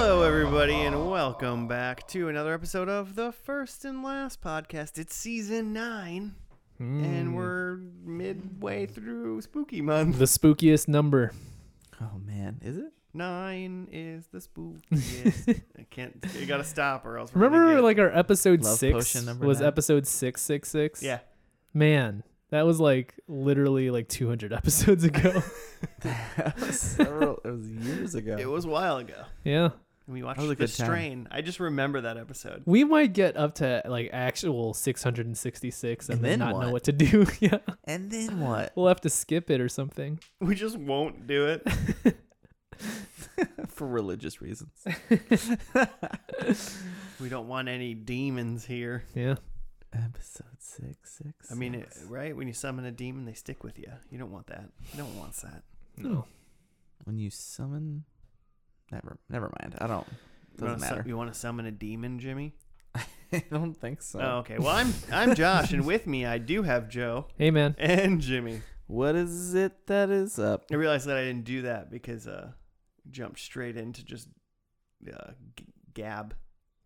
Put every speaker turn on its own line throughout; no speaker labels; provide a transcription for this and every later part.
everybody, and welcome back to another episode of the first and last podcast. It's season nine,
Mm. Hmm.
and we're midway through spooky month.
The spookiest number.
Oh man, is it?
Nine is the spookiest. I can't. You gotta stop, or else. we're gonna
Remember,
get-
like our episode
Love
six
potion number
was
nine?
episode six six six.
yeah,
man, that was like literally like two hundred episodes ago.
that was several. it was years ago.
it was a while ago.
yeah,
And we watched
was a
The
good time.
Strain. I just remember that episode.
we might get up to like actual six hundred and sixty six, and
And
then
then
not know
what?
what to do. yeah,
and then what?
we'll have to skip it or something.
We just won't do it.
For religious reasons.
We don't want any demons here.
Yeah,
Episode six six.
I mean, it,
six.
right? When you summon a demon, they stick with you. You don't want that. You don't want that.
no,
when you summon. Never, never mind. I don't.
You wanna
Doesn't
su-
matter.
you want to summon a demon, Jimmy?
I don't think so.
Oh, okay. Well, I'm I'm Josh, and with me I do have Joe
hey man,
and Jimmy.
What is it that is up?
I realized that I didn't do that because uh, jumped straight into just uh, g- gab,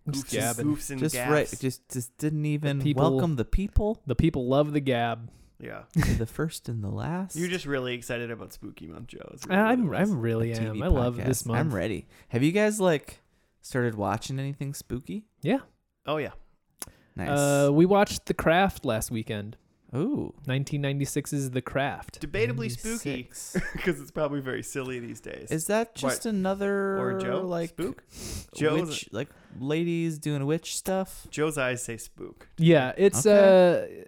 I'm just
Oofs and-
gabbing.
oofs and
Just
gaps.
right. Just, just didn't even
people-
welcome the people.
The people love the gab.
yeah.
to the first and the last.
You're just really excited about Spooky Month, Joe. is really
Uh, I'm
what it is.
I'm really
TV
am. I love this
podcast.
month.
I'm ready. Have you guys like started watching anything spooky?
Yeah,
Oh yeah.
Nice.
uh, we watched The Craft last weekend.
Ooh.
1996's The Craft.
Debatably spooky
Six.
because it's probably very silly these days.
Is that just another
or Joe
like
spook? Joe's-
witch, like ladies doing witch stuff?
Joe's eyes say spook.
Yeah, it's uh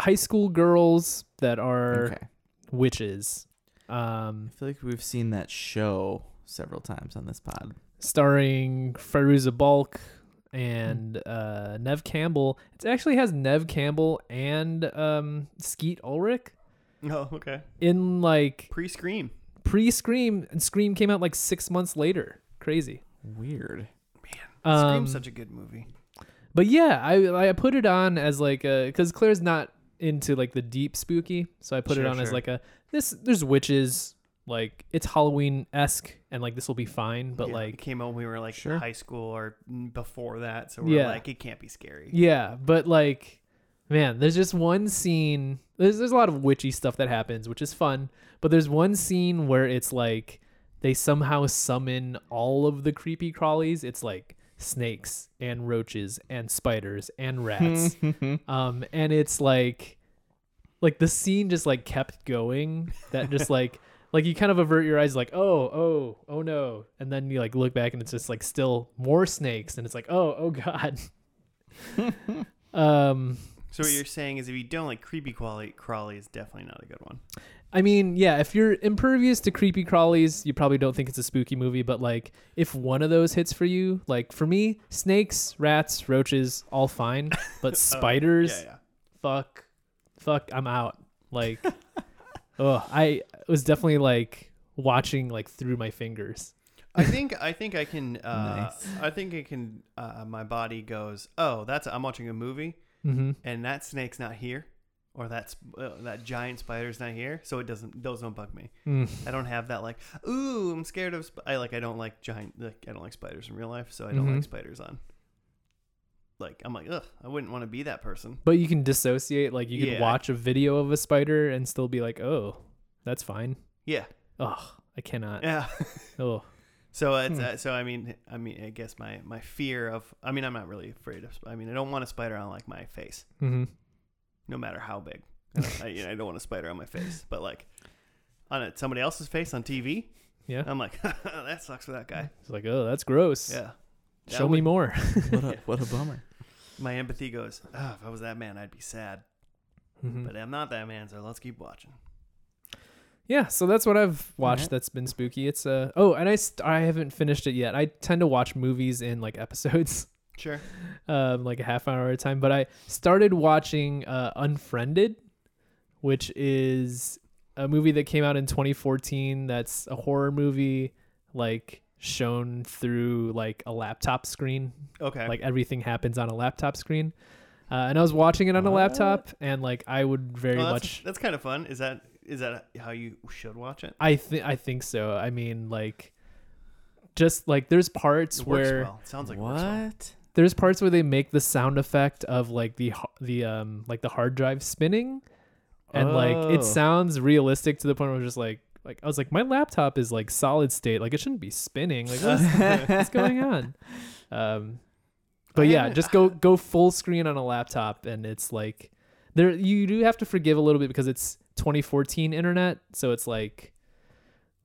high school girls that are
Okay.
witches. Um
I feel like we've seen that show several times on this pod.
starring Faruza Balk and uh Nev Campbell. It actually has Nev Campbell and um Skeet Ulrich
Oh, okay.
in like
Pre-scream.
pre-Scream and Scream came out like 6 months later. Crazy.
Weird.
Um,
Scream's such a good movie.
But yeah, I I put it on as like a because Claire's not into like the deep spooky, so I put it
Sure,
on as
sure.
like a this. There's witches, like it's Halloween esque, and like this will be fine. But
Yeah, it
like
came out when we were like
Sure.
high school or n- before that, so we we're
Yeah.
like it can't be scary.
yeah, but like man, there's just one scene. There's there's a lot of witchy stuff that happens, which is fun. But there's one scene where it's like they somehow summon all of the creepy crawlies. It's like snakes and roaches and spiders and rats. um and it's like like the scene just like kept going that just like like you kind of avert your eyes like oh oh oh no and then you like look back and it's just like still more snakes and it's like oh oh god um
So what you're saying is if you don't like creepy quality, Crawley is definitely not a good one.
I mean, yeah, if you're impervious to creepy crawlies, you probably don't think it's a spooky movie, but like if one of those hits for you, like for me, snakes, rats, roaches, all fine, but spiders,
Yeah, yeah.
fuck fuck i'm out like oh i was definitely like watching like through my fingers
I think I think I can. Uh,
Nice.
I think I can. Uh, my body goes. Oh, that's I'm watching a movie,
mm-hmm.
and that snake's not here, or that's uh, that giant spider's not here, so it doesn't. Those don't bug me. I don't have that like. Ooh, I'm scared of. Sp-. I like. I don't like giant. Like I don't like spiders in real life, so I don't
Mhm.
like spiders on. Like I'm like ugh. I wouldn't want to be that person.
but you can dissociate like you can
Yeah.
watch a video of a spider and still be like oh that's fine
Yeah.
oh i cannot
Yeah.
oh
So it's uh, so I mean I mean I guess my my fear of I mean I'm not really afraid of sp- I mean I don't want a spider on like my face
mm-hmm.
no matter how big I, don't- I, you know, I don't want a spider on my face but like on it somebody else's face on TV
Yeah.
I'm like that sucks for that guy
it's like oh that's gross
yeah
show
That would-
me more
What a what a bummer.
my empathy goes oh, if I was that man I'd be sad
Mhm.
but I'm not that man so let's keep watching
Yeah, so that's what I've watched
Alright.
that's been spooky. It's uh oh, and I st- I haven't finished it yet. I tend to watch movies in like episodes,
sure
um like a half hour at a time, but I started watching uh Unfriended, which is a movie that came out in 2014 that's a horror movie like shown through like a laptop screen.
okay
Like everything happens on a laptop screen. Uh, and I was watching it on a
What?
laptop and like I would very
Well, Oh, that's,
much
that's kind of fun is that is that how you should watch it
I think I think so. I mean, like, just like there's parts
It works
where
well. It sounds like it works well.
what?
there's parts where they make the sound effect of like the h- the um like the hard drive spinning and like
Oh.
it sounds realistic to the point where I'm just like like I was like my laptop is like solid state like it shouldn't be spinning like what's, what's going on um but
I
yeah
haven't-
just go go full screen on a laptop and it's like there you do have to forgive a little bit because it's 2014 internet so it's like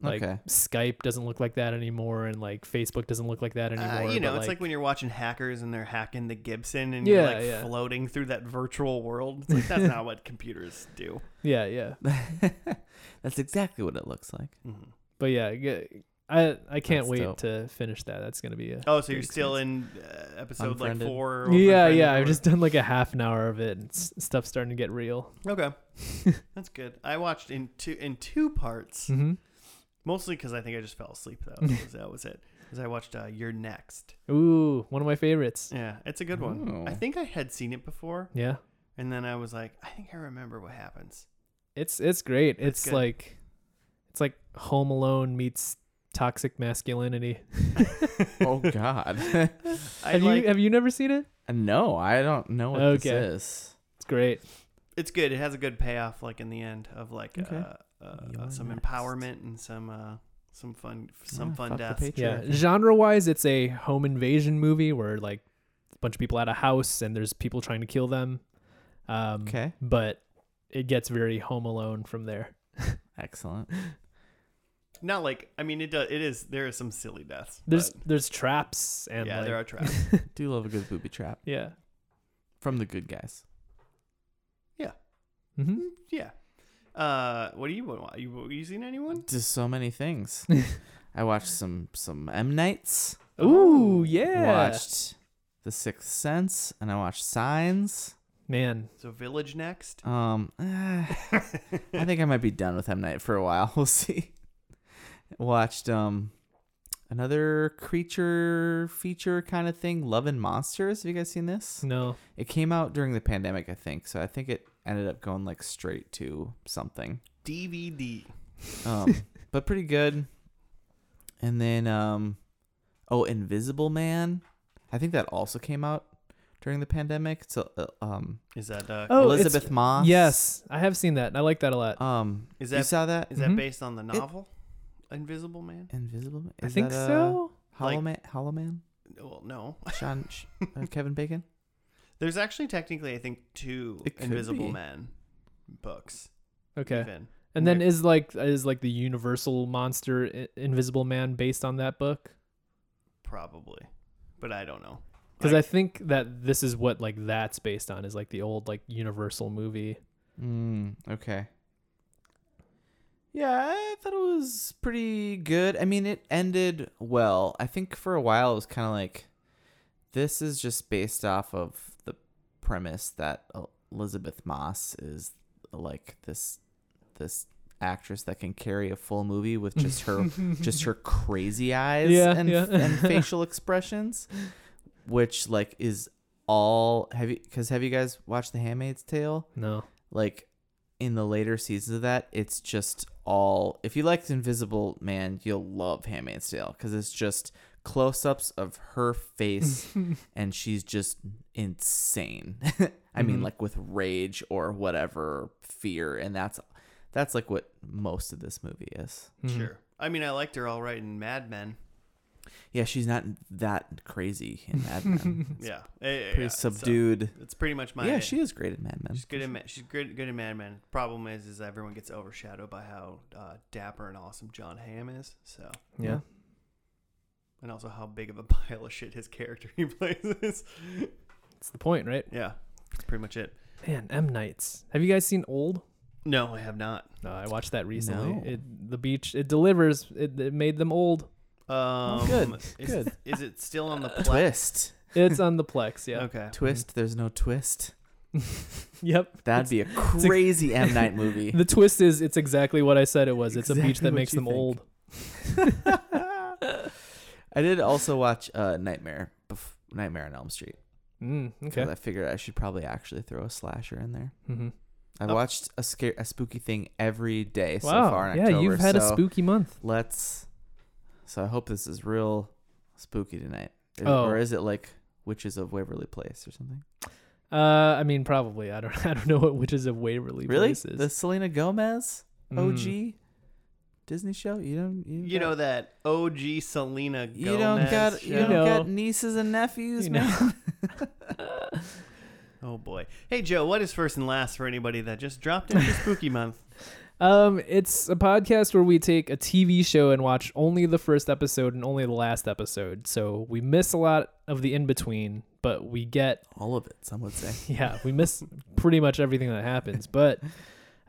like
Okay.
Skype doesn't look like that anymore and like Facebook doesn't look like that anymore
Uh, you know,
but,
it's like, when you're watching hackers and they're hacking the Gibson and you're
Yeah,
like
yeah.
floating through that virtual world. It's like that's not what computers do.
yeah yeah
Oh. That's exactly what it looks like.
Mhm.
but yeah, g- I I can't
That's
wait
dope.
to finish that. That's gonna be a
Oh, so
Good
you're still in uh, episode
Unfriended.
like four? Or
yeah
Unfriended
yeah.
or
I've
whatever?
just done like a half an hour of it, and s- stuff's starting to get real.
okay. That's good. I watched in two in two parts,
hmm
mostly because I think I just fell asleep though. That was, that was it. Because I watched uh, You're Next.
Ooh, one of my favorites.
Yeah, it's a good one. I
Oh.
think I had seen it before,
Yeah,
and then I was like, I think I remember what happens.
it's it's great. It's
good.
like it's like Home Alone meets toxic masculinity.
oh God.
I
have
like,
you have you never seen it?
Uh, no, I don't know what
Okay.
this
It's great.
it's good. It has a good payoff, like in the end of like
Okay.
uh, uh,
You're
some
next.
empowerment and some uh, some fun some
Yeah,
fun
fuck the
deaths.
patriarchy.
Yeah,
Sure.
genre wise, it's a home invasion movie where like a bunch of people at a house and there's people trying to kill them. Um,
is. Okay.
but it gets very Home Alone from there.
Excellent.
Not like I mean, it does. It is there are some silly deaths.
There's
but
there's traps and
yeah,
like,
there are traps.
Do love a good booby trap
yeah.
from the good guys.
hmm
yeah. Uh, what do you want? You you seen anyone?
Just so many things. I watched some some M Nights.
Ooh yeah.
Watched The Sixth Sense, and I watched Signs.
Man,
So Village next.
Um, eh, I think I might be done with M Night for a while. We'll see. Watched um another creature feature kind of thing, Love and Monsters. Have you guys seen this?
no.
It came out during the pandemic, I think. So I think it ended up going like straight to something.
DVD.
Um, but pretty good. And then um oh, Invisible Man. I think that also came out during the pandemic. So uh, um
Is that uh?
Oh, it's-
Elizabeth Moss.
Yes, I have seen that. and I like that a lot.
Um
Is
you
that-
saw that?
Is that
Mhm.
based on the novel, Invisible Man?
Invisible Man?
I
Is
think
that, uh,
so.
Hollow
Like-
Man, Hollow Man,
Well, no.
Sean, Sh- uh, Kevin Bacon.
There's actually technically, I think, two
It could
Invisible
be.
Man books.
uh,
Okay.
even.
And then
there-
is like is like the Universal Monster I- Invisible Man based on that book?
probably, but I don't know.
Because I
Like-
think that this is what like that's based on is like the old like Universal movie.
Mm, okay. Yeah, I thought it was pretty good. I mean, it ended well. I think for a while it was kind of like, this is just based off of the premise that El- Elizabeth Moss is like this, this actress that can carry a full movie with just her just her crazy eyes
Yeah,
and,
yeah.
and facial expressions, which like is all have you because have you guys watched The Handmaid's Tale?
no.
Like in the later seasons of that, it's just all. If you liked Invisible Man, you'll love Handmaid's Tale because it's just close-ups of her face
Mm-hmm.
and she's just insane. I mean,
Mhm.
like with rage or whatever fear, and that's that's like what most of this movie is.
Mhm.
Sure. I mean, I liked her all right in Mad Men.
Yeah, she's not that crazy in Mad Men. It's
Yeah, Yeah, yeah,
pretty
yeah. So,
subdued.
it's pretty much my.
yeah, she is great in Mad Men.
She's good in Ma- she's good good in Mad Men. Problem is, is everyone gets overshadowed by how uh, dapper and awesome John Hamm is. So,
Yeah.
and also how big of a pile of shit his character he plays is.
That's the point, right?
yeah, that's pretty much it.
Man, M Nights. Have you guys seen Old?
No, I have not.
No, I watched that recently.
No.
It the beach it delivers. It, it made them old.
Um,
good,
Is,
good.
Is it still on the play?
Twist,
It's on the Plex, yeah.
Okay.
twist. There's no twist.
Yep.
That'd be a crazy M Night movie.
The twist is it's exactly what I said it was. it's a beach
Exactly
that
what
makes
you
them
think.
old.
I did also watch uh, Nightmare, bef- Nightmare on Elm Street.
Mm,
'cause
okay.
I figured I should probably actually throw a slasher in there.
hmm
I
Oh.
watched a scare, a spooky thing every day so
wow.
far in
yeah,
October.
you've had a
so
spooky month.
Let's So I hope this is real spooky tonight. Is-
Oh.
Or is it like Witches of Waverly Place or something?
Uh, I mean, probably. I don't. I don't know what Witches of Waverly
Really?
Place is.
The Selena Gomez OG
Mm.
Disney show? You don't you,
You
got-
know that OG Selena Gomez.
you don't got you
show?
don't
know.
got nieces and nephews,
You
man.
Oh boy. Hey Joe, what is first and last for anybody that just dropped into Spooky Month?
Um, it's a podcast where we take a TV show and watch only the first episode and only the last episode. So we miss a lot of the in between, but we get
All of it, some would say.
yeah, we miss pretty much everything that happens, but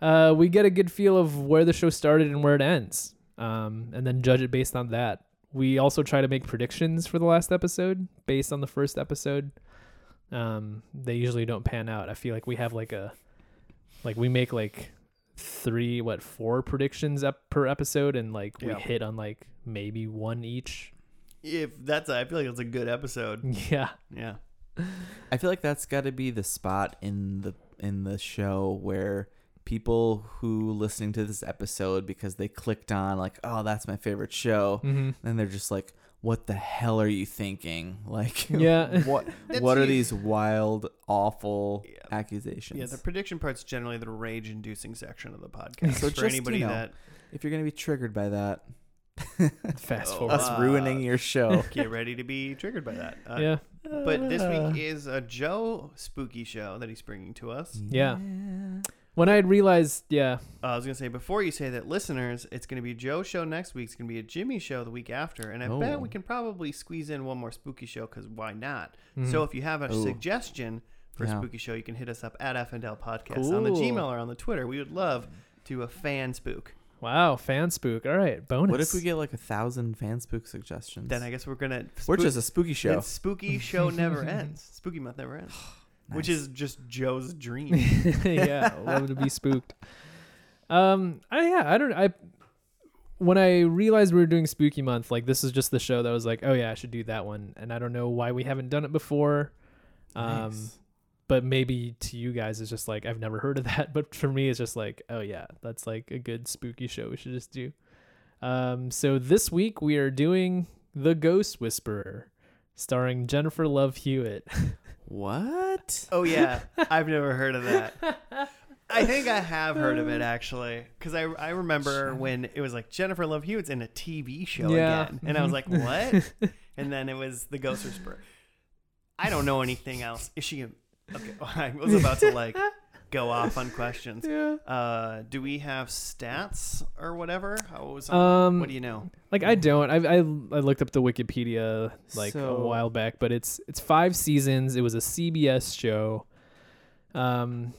uh, we get a good feel of where the show started and where it ends, um, and then judge it based on that. We also try to make predictions for the last episode based on the first episode. Um, they usually don't pan out. I feel like we have like a, like we make like three, what four predictions up per episode, and like we
Yeah.
hit on like maybe one each.
If that's I feel like it's a good episode.
Yeah,
Yeah.
I feel like that's got to be the spot in the in the show where people who listening to this episode because they clicked on like, "Oh, that's my favorite show."
mm-hmm.
And they're just like, "What the hell are you thinking?" Like
yeah.
what
That's
what are
you-
these wild awful
Yeah.
accusations?
Yeah, the prediction part's generally the rage inducing section of the podcast.
So
for
just, you
anybody
know,
that
if you're going to be triggered by that,
Fast
Oh,
forward.
us
Uh,
ruining your show.
get ready to be triggered by that. Uh,
yeah.
But this week is a Joe spooky show that he's bringing to us.
Yeah. When I had realized, yeah,
Uh, I was gonna say before you say that, listeners, it's gonna be a Joe show next week. It's gonna be a Jimmy show the week after, and I
Oh.
bet we can probably squeeze in one more spooky show because why not? So if you have a
Mm-hmm. Ooh.
suggestion for
Yeah.
a spooky show, you can hit us up at FNL Podcast on the
Cool.
Gmail or on the Twitter. We would love to a fan spook.
wow, fan spook. All right, bonus.
What if we get like a thousand fan spook suggestions?
Then I guess we're gonna
We're
spook-
just a spooky show.
That spooky show never ends. Spooky month never ends, which
Nice.
is just Joe's dream.
yeah, love to be spooked. Um, I yeah, I don't. I when I realized we were doing Spooky Month, like this is just the show that was like, oh yeah, I should do that one, and I don't know why we haven't done it before. Um,
Nice.
but maybe to you guys it's just like I've never heard of that, but for me it's just like, oh yeah, that's like a good spooky show we should just do. Um, so this week we are doing The Ghost Whisperer, starring Jennifer Love Hewitt.
what?
oh yeah, I've never heard of that. I think I have heard of it actually, because I I remember when it was like Jennifer Love Hewitt's in a TV show
Yeah.
again, and I was like, what? and then it was The Ghost Whisperer. I don't know anything else. Is she? A, okay, I was about to like go off on questions.
yeah.
Uh, do we have stats or whatever? How was uh,
Um,
what do you know?
Like I don't. I I, I looked up the Wikipedia like a
So-
while back, but it's it's five seasons. It was a CBS show, um,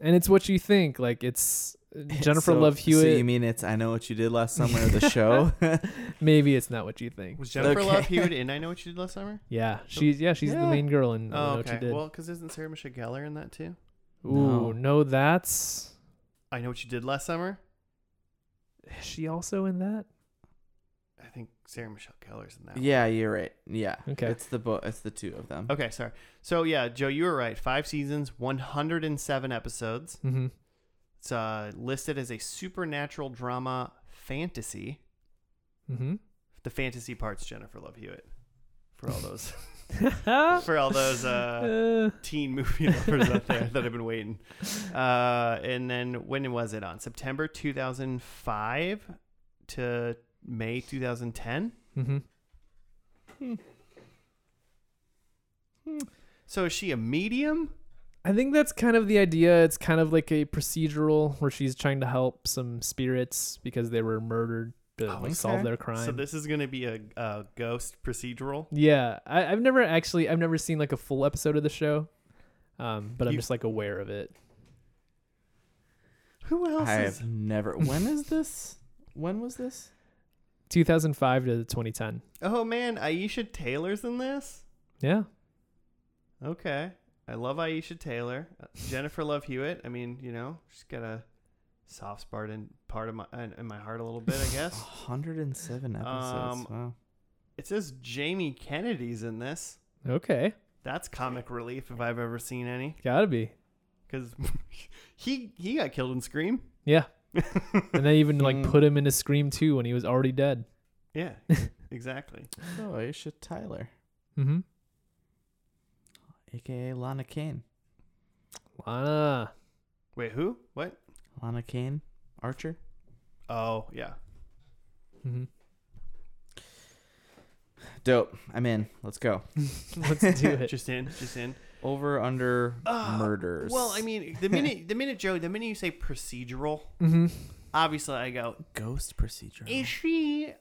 and it's what you think. Like it's Jennifer
So-
Love Hewitt.
So you mean it's I know what you did last summer the show?
Maybe it's not what you think.
Was Jennifer
Okay.
Love Hewitt in I Know What You Did Last Summer?
Yeah, she's yeah she's the
Yeah.
main girl in. I
Oh,
Don't
okay.
know
Well,
what
because isn't Sarah Michelle Gellar in that too?
you did. Ooh,
No.
no, that's
I Know What You Did Last Summer?
is she also in that?
I think Sarah Michelle Gellar's in that. one.
yeah, you're right. Yeah.
Okay.
It's the bo- it's the two of them.
Okay, sorry. So yeah, Joe, you were right. Five seasons, 107 episodes.
Mm-hmm.
It's uh, listed as a supernatural drama fantasy.
Mm-hmm.
The fantasy part's Jennifer Love Hewitt. For all those, for all those uh,
Uh,
teen movie lovers out there that have been waiting. Uh, and then when was it on? September 2005 to May 2010.
mhm.
So is she a medium?
I think that's kind of the idea. It's kind of like a procedural where she's trying to help some spirits because they were murdered to
Oh,
like
okay.
solve their crime.
So this is going to be a, a ghost procedural.
yeah, I, I've never actually I've never seen like a full episode of the show, um, but I'm
You-
just like aware of it.
Who else
I
is?
have never. When is this? When was this?
2005 to 2010.
Oh man, Aisha Taylor's in this.
Yeah,
Okay, I love Aisha Taylor. Uh, Jennifer Love Hewitt. I mean, you know, she's got a soft spot in part of my uh, in in my heart a little bit, I guess.
107 episodes.
Um,
wow.
It says Jamie Kennedy's in this.
okay,
That's comic relief if I've ever seen any.
gotta be.
Because he he got killed in Scream.
Yeah, and they even like
Mm.
put him in a Scream 2 when he was already dead.
Yeah. Exactly.
Oh, Aisha Tyler,
Mm-hmm.
aka Lana Kane.
Lana.
Wait, who? What?
Lana Kane, Archer.
Oh, yeah.
hmm
Dope. I'm in. Let's go.
Mm-hmm. Let's do it.
Just in, just in.
Over under
Ah,
murders.
Well, I mean, the minute, the minute, Joe, the minute you say procedural,
mm-hmm.
obviously I go,
ghost procedure.
is she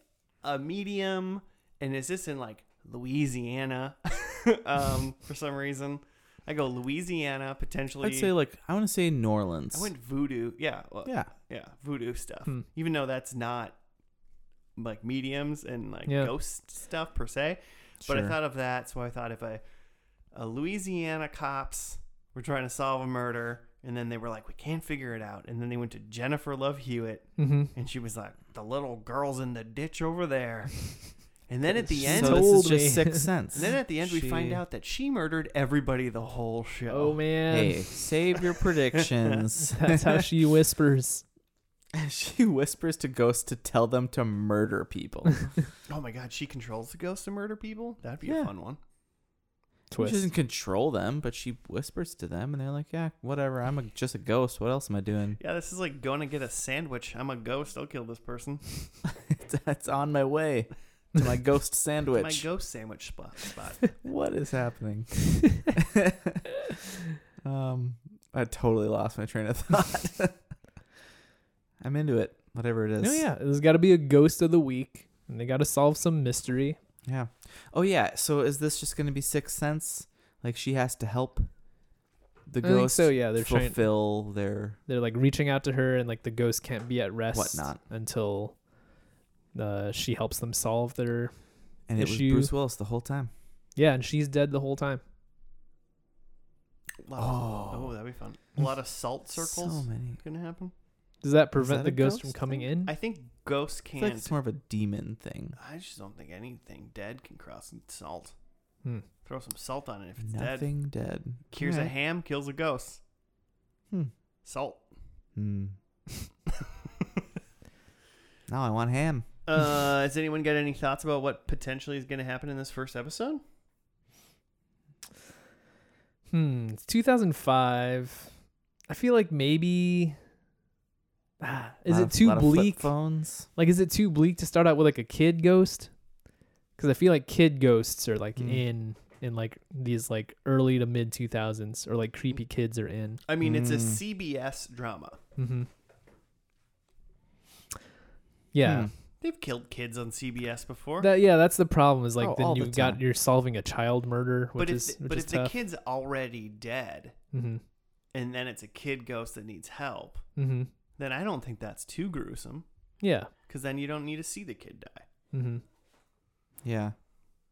a medium? And is this in like Louisiana? um, for some reason, I go Louisiana potentially.
I'd say like I want to say New Orleans.
I went voodoo. Yeah, well, yeah,
yeah.
voodoo stuff.
Hmm.
Even though that's not like mediums and like
Yeah.
ghost stuff per se, but I
sure.
thought of that, so I thought if I, a Louisiana cops were trying to solve a murder, and then they were like, we can't figure it out, and then they went to Jennifer Love Hewitt,
Mm-hmm.
and she was like, the little girl's in the ditch over there, and then at the
She
end.
so this
told
is just
me.
Sixth Sense.
and then at the end, we find
She-
out that she murdered everybody the whole show.
Oh man,
Hey, save your predictions.
that's how she whispers.
she whispers to ghosts to tell them to murder people,
Oh my god, she controls the ghost to murder people? That'd be
Yeah.
a fun one.
she doesn't
Twist.
control them, but she whispers to them, and they're like, "Yeah, whatever. I'm a, just a ghost. What else am I doing?
Yeah, this is like going to get a sandwich. I'm a ghost. I'll kill this person.
That's on my way to my ghost sandwich.
My ghost sandwich spot. spot.
what is happening? um, I totally lost my train of thought. I'm into it, whatever it is.
No, yeah, there's got to be a ghost of the week, and they got to solve some mystery.
Yeah. Oh yeah. So is this just gonna be Sixth Sense? Like she has to help the
I think
ghost
so. Yeah, they're trying.
fulfill their
They're like reaching out to her, and like the ghost can't be at rest
Whatnot.
until uh, she helps them solve their.
and it
Issue.
was Bruce Willis the whole time.
Yeah, and she's dead the whole time.
Lot of-
Oh.
oh, that'd be fun. A lot of salt circles
So many.
gonna happen.
Does that prevent
that
the
a
ghost, from
ghost
coming
thing?
in?
I think ghosts
It's
can't. Uh,
like it's more of a demon thing.
I just don't think anything dead can cross in salt.
Hmm.
Throw some salt on it if it's dead.
Nothing dead.
Cures a
Alright.
ham, kills a ghost.
Hmm.
Salt.
Hmm. Now I want ham.
uh, has anyone got any thoughts about what potentially is gonna happen in this first episode?
Hmm, it's 2005. I feel like maybe. Ah, is
Lot
it
of-
too
lot of flip
bleak?
phones.
Like, is it too bleak to start out with like a kid ghost? Because I feel like kid ghosts are like
Mm.
in in like these like early to mid 2000s, or like creepy kids are in.
I mean, it's a
Hmm.
CBS drama.
Mm-hmm. Yeah,
Hmm.
They've killed kids on CBS before.
that yeah, that's the problem. Is like
Oh, all
then
the
you got
time.
you're solving a child murder,
but
which is
if, the-
which
but
is
if the
tough.
kid's already dead
hmm
and then it's a kid ghost that needs help,
hmm
then I don't think that's too gruesome
Yeah.
because then you don't need to see the kid die.
Mm-hmm.
Yeah.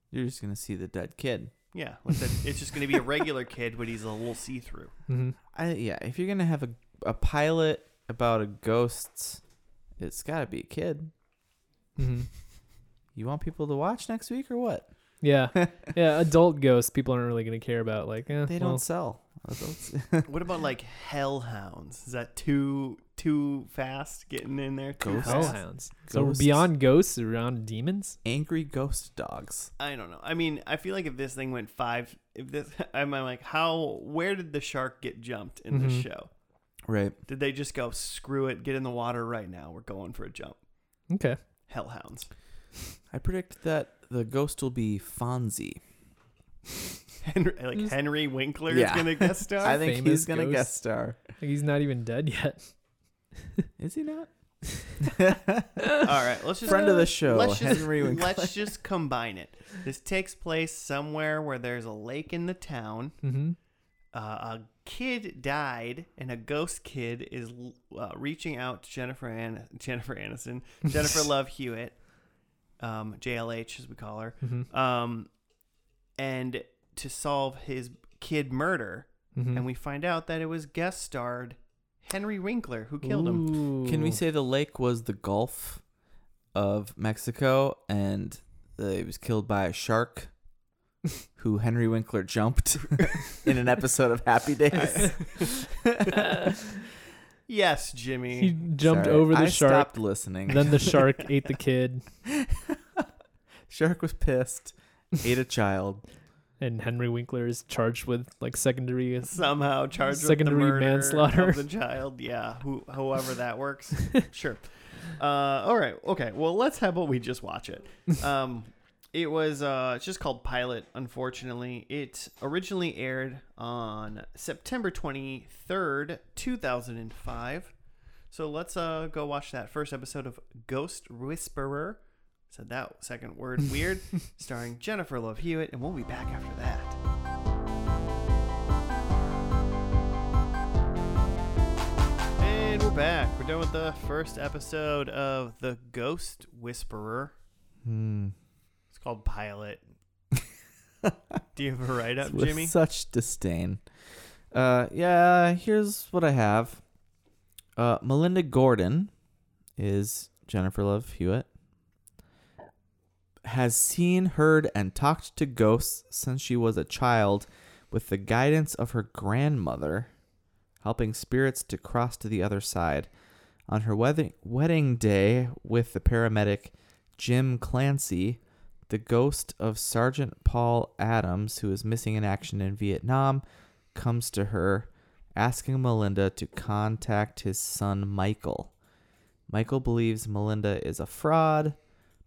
You're just gonna see the dead kid.
Yeah, like that, it's just going to be a regular kid, but he's a little see through.
Mm-hmm.
I yeah. If you're gonna have a a pilot about a ghost, it's gotta be a kid.
Mm-hmm.
You want people to watch next week or what?
Yeah, yeah. Adult ghosts, people aren't really gonna care about. Like, eh,
They
well,
don't sell. Adults.
What about like hellhounds? Is that too too fast getting in there? Too
Ghosts?
fast?
hellhounds. So we're
Ghosts.
beyond ghosts, around demons.
Angry ghost dogs.
I don't know. I mean, I feel like if this thing went five, if this, I'm like, how? Where did the shark get jumped in this
Mhm.
show?
Right.
Did they just go screw it, get in the water right now? We're going for a jump.
Okay.
Hellhounds.
I predict that the ghost will be Fonzie.
Henry, like
Just-
Henry Winkler is
Yeah.
gonna guest star.
I think
famous
he's gonna
ghost.
guest star.
Like he's not even dead yet.
Is he not?
All right, let's just
Friend of the show,
let's just,
Henry Winkler.
Let's just combine it. This takes place somewhere where there's a lake in the town.
Mm-hmm.
Uh, a kid died, and a ghost kid is uh, reaching out to Jennifer An- Jennifer Aniston, Jennifer Love Hewitt, um, JLH as we call her,
Mm-hmm.
um, and to solve his kid murder.
Mm-hmm.
Mm.
And we find out that it was guest starred Henry Winkler who killed him.
Can we say the lake was the Gulf of Mexico and uh, he was killed by a shark who Henry Winkler jumped in an episode of Happy Days?
Yes,
he
Jimmy.
jumped
Sorry,
over the
I
shark.
stopped listening.
Then the shark ate the kid.
Shark was pissed, ate a child.
and Henry Winkler is charged with like secondary.
somehow charged
Secondary
with the murder
manslaughter.
of the child. Yeah, who, however that works. sure. Uh, all right. Okay. Well, let's how about we just watch it. Um, it was uh, it's just called Pilot. Unfortunately, it originally aired on September twenty third, two thousand and five. So let's uh, go watch that first episode of Ghost Whisperer. Said that second word weird, starring Jennifer Love Hewitt, and we'll be back after that. And we're back. We're done with the first episode of The Ghost Whisperer.
Hmm.
It's called Pilot. Do you have a write up,
with
Jimmy?
such disdain. Uh, yeah, here's what I have. Uh, Melinda Gordon is Jennifer Love Hewitt. Has seen, heard, and talked to ghosts since she was a child with the guidance of her grandmother, helping spirits to cross to the other side. On her wedding, wedding day with the paramedic Jim Clancy, the ghost of Sergeant Paul Adams, who is missing in action in Vietnam, comes to her, asking Melinda to contact his son Michael. Michael believes Melinda is a fraud,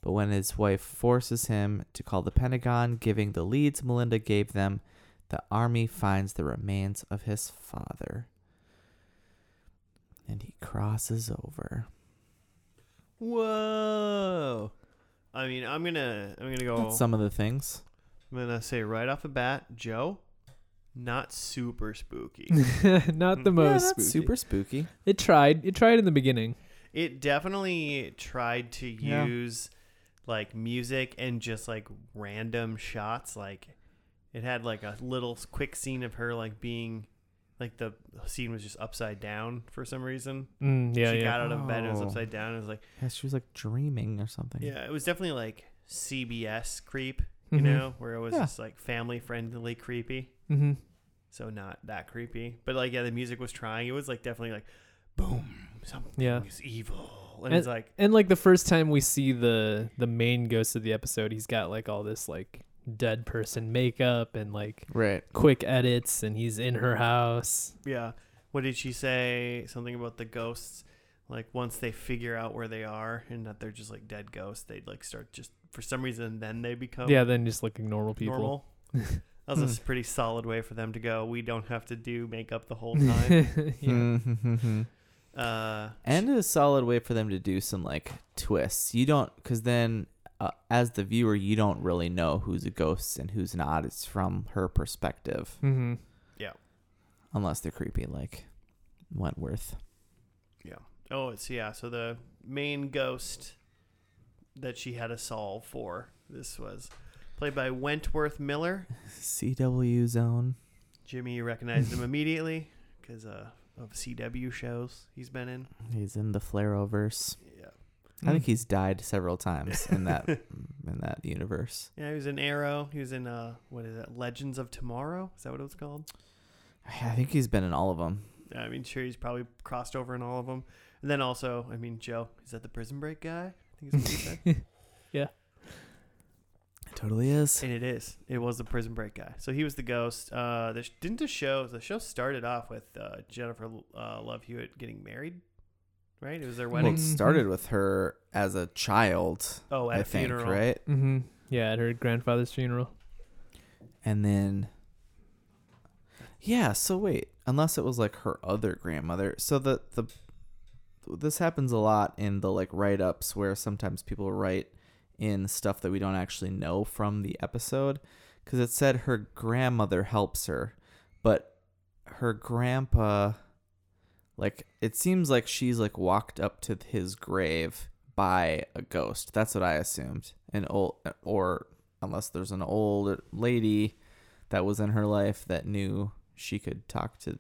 but when his wife forces him to call the Pentagon, giving the leads Melinda gave them, the army finds the remains of his father. And he crosses over.
Whoa. I mean, I'm gonna I'm gonna go
That's some of the things.
I'm gonna say right off the bat, Joe, not super spooky.
Not the most.
yeah, that's
spooky.
super spooky.
It tried. It tried in the beginning.
it definitely tried to
Yeah.
use like music and just like random shots like it had like a little s- quick scene of her like being like the scene was just upside down for some reason
Mm, yeah,
she
yeah.
got out of bed it was
Oh.
upside down it was like
Yeah, she was like dreaming or something.
yeah it was definitely like cbs creep you
Mhm.
know where it was
Yeah.
just like family friendly creepy
Mm-hmm.
so not that creepy but like yeah the music was trying it was like definitely like boom something
Yeah.
is evil and it's like
And like the first time we see the the main ghost of the episode, he's got like all this like dead person makeup and like
Right.
quick edits, and he's in her house.
Yeah. What did she say? Something about the ghosts. Like once they figure out where they are and that they're just like dead ghosts, they'd like start just for some reason then they become
yeah, then just looking normal people.
Oh.
Hmm.
normal. that was a s- pretty solid way for them to go. We don't have to do makeup the whole time.
Hmm.
yeah.
uh,
and a solid way for them to do some like twists. You don't, because then uh, as the viewer, you don't really know who's a ghost and who's not. It's from her perspective,
Mm-hmm.
unless they're creepy like Wentworth.
oh, it's yeah. So the main ghost that she had to solve for this was played by Wentworth Miller.
CW Zone.
Jimmy, you recognized him immediately because uh, of CW shows he's been in.
He's in the Flareoverse.
Yeah.
I think he's died several times in that in that universe.
Yeah, he was in Arrow. He was in uh, what is it, Legends of Tomorrow? Is that what it was called?
I think he's been in all of them.
I mean, sure, he's probably crossed over in all of them. And then also, I mean, Joe, is that the Prison Break guy? I think is what he said.
Totally is.
and it is. It was the Prison Break guy. So he was the ghost. Uh, the, sh- didn't the show? The show started off with uh, Jennifer uh, Love Hewitt getting married, right? It was their
Well,
wedding.
it started with her as a child,
oh, at
I
a
think,
funeral,
right?
Mm-hmm. Yeah, at her grandfather's funeral.
and then yeah so wait unless it was like her other grandmother so the the this happens a lot in the like write-ups where sometimes people write in stuff that we don't actually know from the episode because it said her grandmother helps her but her grandpa like it seems like she's like walked up to his grave by a ghost that's what i assumed an old or unless there's an old lady that was in her life that knew she could talk to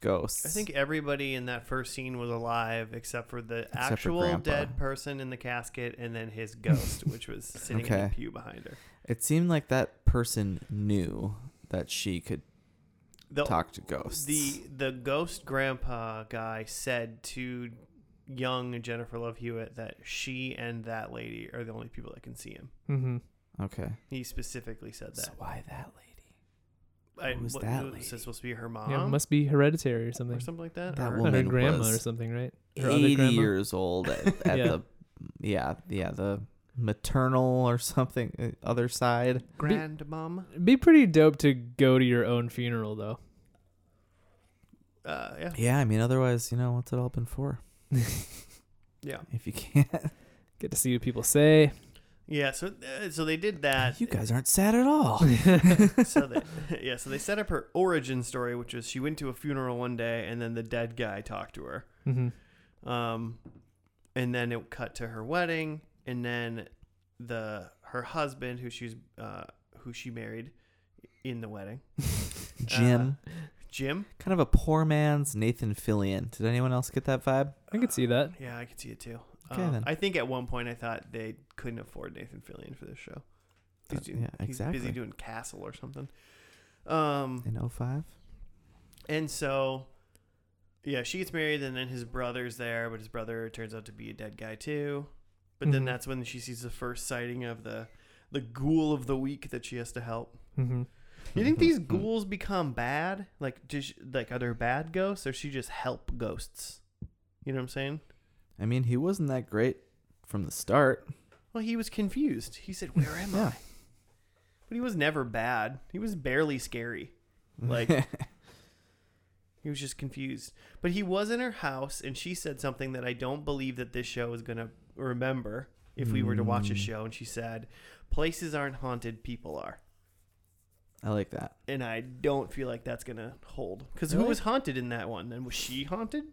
ghosts.
I think everybody in that first scene was alive except for the
for
actual
Grandpa.
dead person in the casket and then his ghost, which was sitting in the
Okay.
pew behind her.
it seemed like that person knew that she could
The,
talk to ghosts.
the the ghost grandpa guy said to young Jennifer Love Hewitt that she and that lady are the only people that can see him.
Mm-hmm.
Okay.
He specifically said that.
why that lady?
I-
who was
what-
that
Is
lady?
this supposed to be her mom
Yeah, it must be hereditary or something.
or something like that?
That
Or-
Or
woman.
her
Woman
grandma or
was
something, right? Her other
Eighty
grandma?
years old at, at
Yeah.
the yeah yeah the maternal or something uh, other side.
Grandmom.
It'd be pretty dope to go to your own funeral though.
Uh, yeah.
Yeah, I mean otherwise you know what's it all been for?
Yeah.
If you can't,
Get to see what people say.
Yeah. So uh, so they did that.
you guys aren't sad at all.
so they, yeah. So they set up her origin story, which is she went to a funeral one day, and then the dead guy talked to her.
hmm
Um, and then it cut to her wedding, and then the her husband, who she's uh, who she married in the wedding,
Jim,
Uh. Jim.
kind of a poor man's Nathan Fillion. Did anyone else get that vibe?
I could see that.
Yeah, I could see it too.
Okay,
Um,
then.
I think at one point I thought they couldn't afford Nathan Fillion for this show. He's,
That-
doing-
Uh, yeah,
he's busy
exactly.
doing Castle or something. Um,
In 05?
and so, yeah, she gets married, and then his brother's there, but his brother turns out to be a dead guy too. But then
Mhm.
that's when she sees the first sighting of the the ghoul of the week that she has to help.
hmm
You think these ghouls become bad? Like, does she- like are there bad ghosts, or she just help ghosts? You know what I'm saying?
I mean, he wasn't that great from the start.
Well, he was confused. He said, "Where am I?"
Yeah.
But he was never bad. He was barely scary. Like he was just confused. But he was in her house, and she said something that I don't believe that this show is gonna remember if we were to watch a
Mm.
show. And she said, "Places aren't haunted. People are."
I like that.
And I don't feel like that's gonna hold because who
Really?
was haunted in that one? And was she haunted?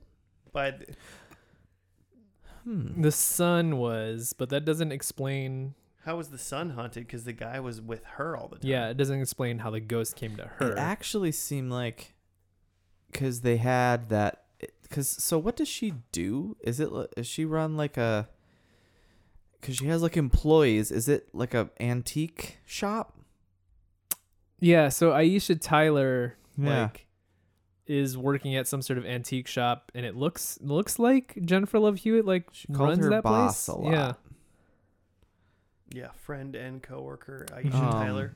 By the,
Hmm.
The son was, but that doesn't explain.
how was the son haunted? Because the guy was with her all the time.
Yeah, it doesn't explain how the ghost came to her.
It actually seemed like because they had that. Because so, what does she do? Is it li- is she run like a? Because she has like employees. Is it like a antique shop?
yeah, so Aisha Tyler
Like,
like is working at some sort of antique shop, and it looks looks like Jennifer Love Hewitt like
She called
runs
her
that
boss
place.
a lot.
Yeah,
yeah, friend and coworker Aisha
Um,
Tyler.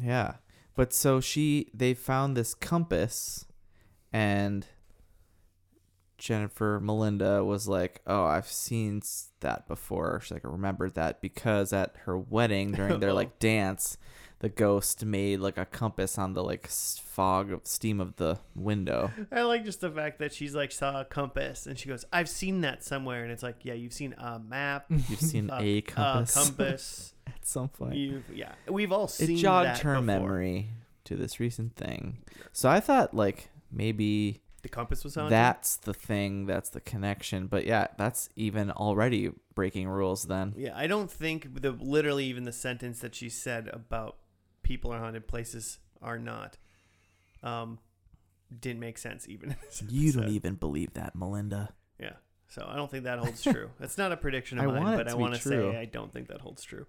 yeah. But so she they found this compass, and Jennifer Melinda was like, "Oh, I've seen s- that before." She's like, "I remembered that because at her wedding during their
Oh.
like dance, the ghost made like a compass on the like s- fog of steam of the window."
I like just the fact that she's like saw a compass and she goes, "I've seen that somewhere," and it's like, "Yeah, you've seen a map,
You've seen
Uh,
a
a
compass
compass.
at some point.
you've yeah, we've all seen
it
that
jogged her
before.
memory to this recent thing. So I thought like maybe
The compass was on
that's the thing that's the connection but yeah that's even already breaking rules then
Yeah, I don't think the literally even the sentence that she said about people are haunted, places are not, um, didn't make sense even. in this
you don't
episode.
even believe that melinda
Yeah. So I don't think that holds true. That's not a prediction of
I
mine,
want it
but
to
I
be
want to
true.
say I don't think that holds true.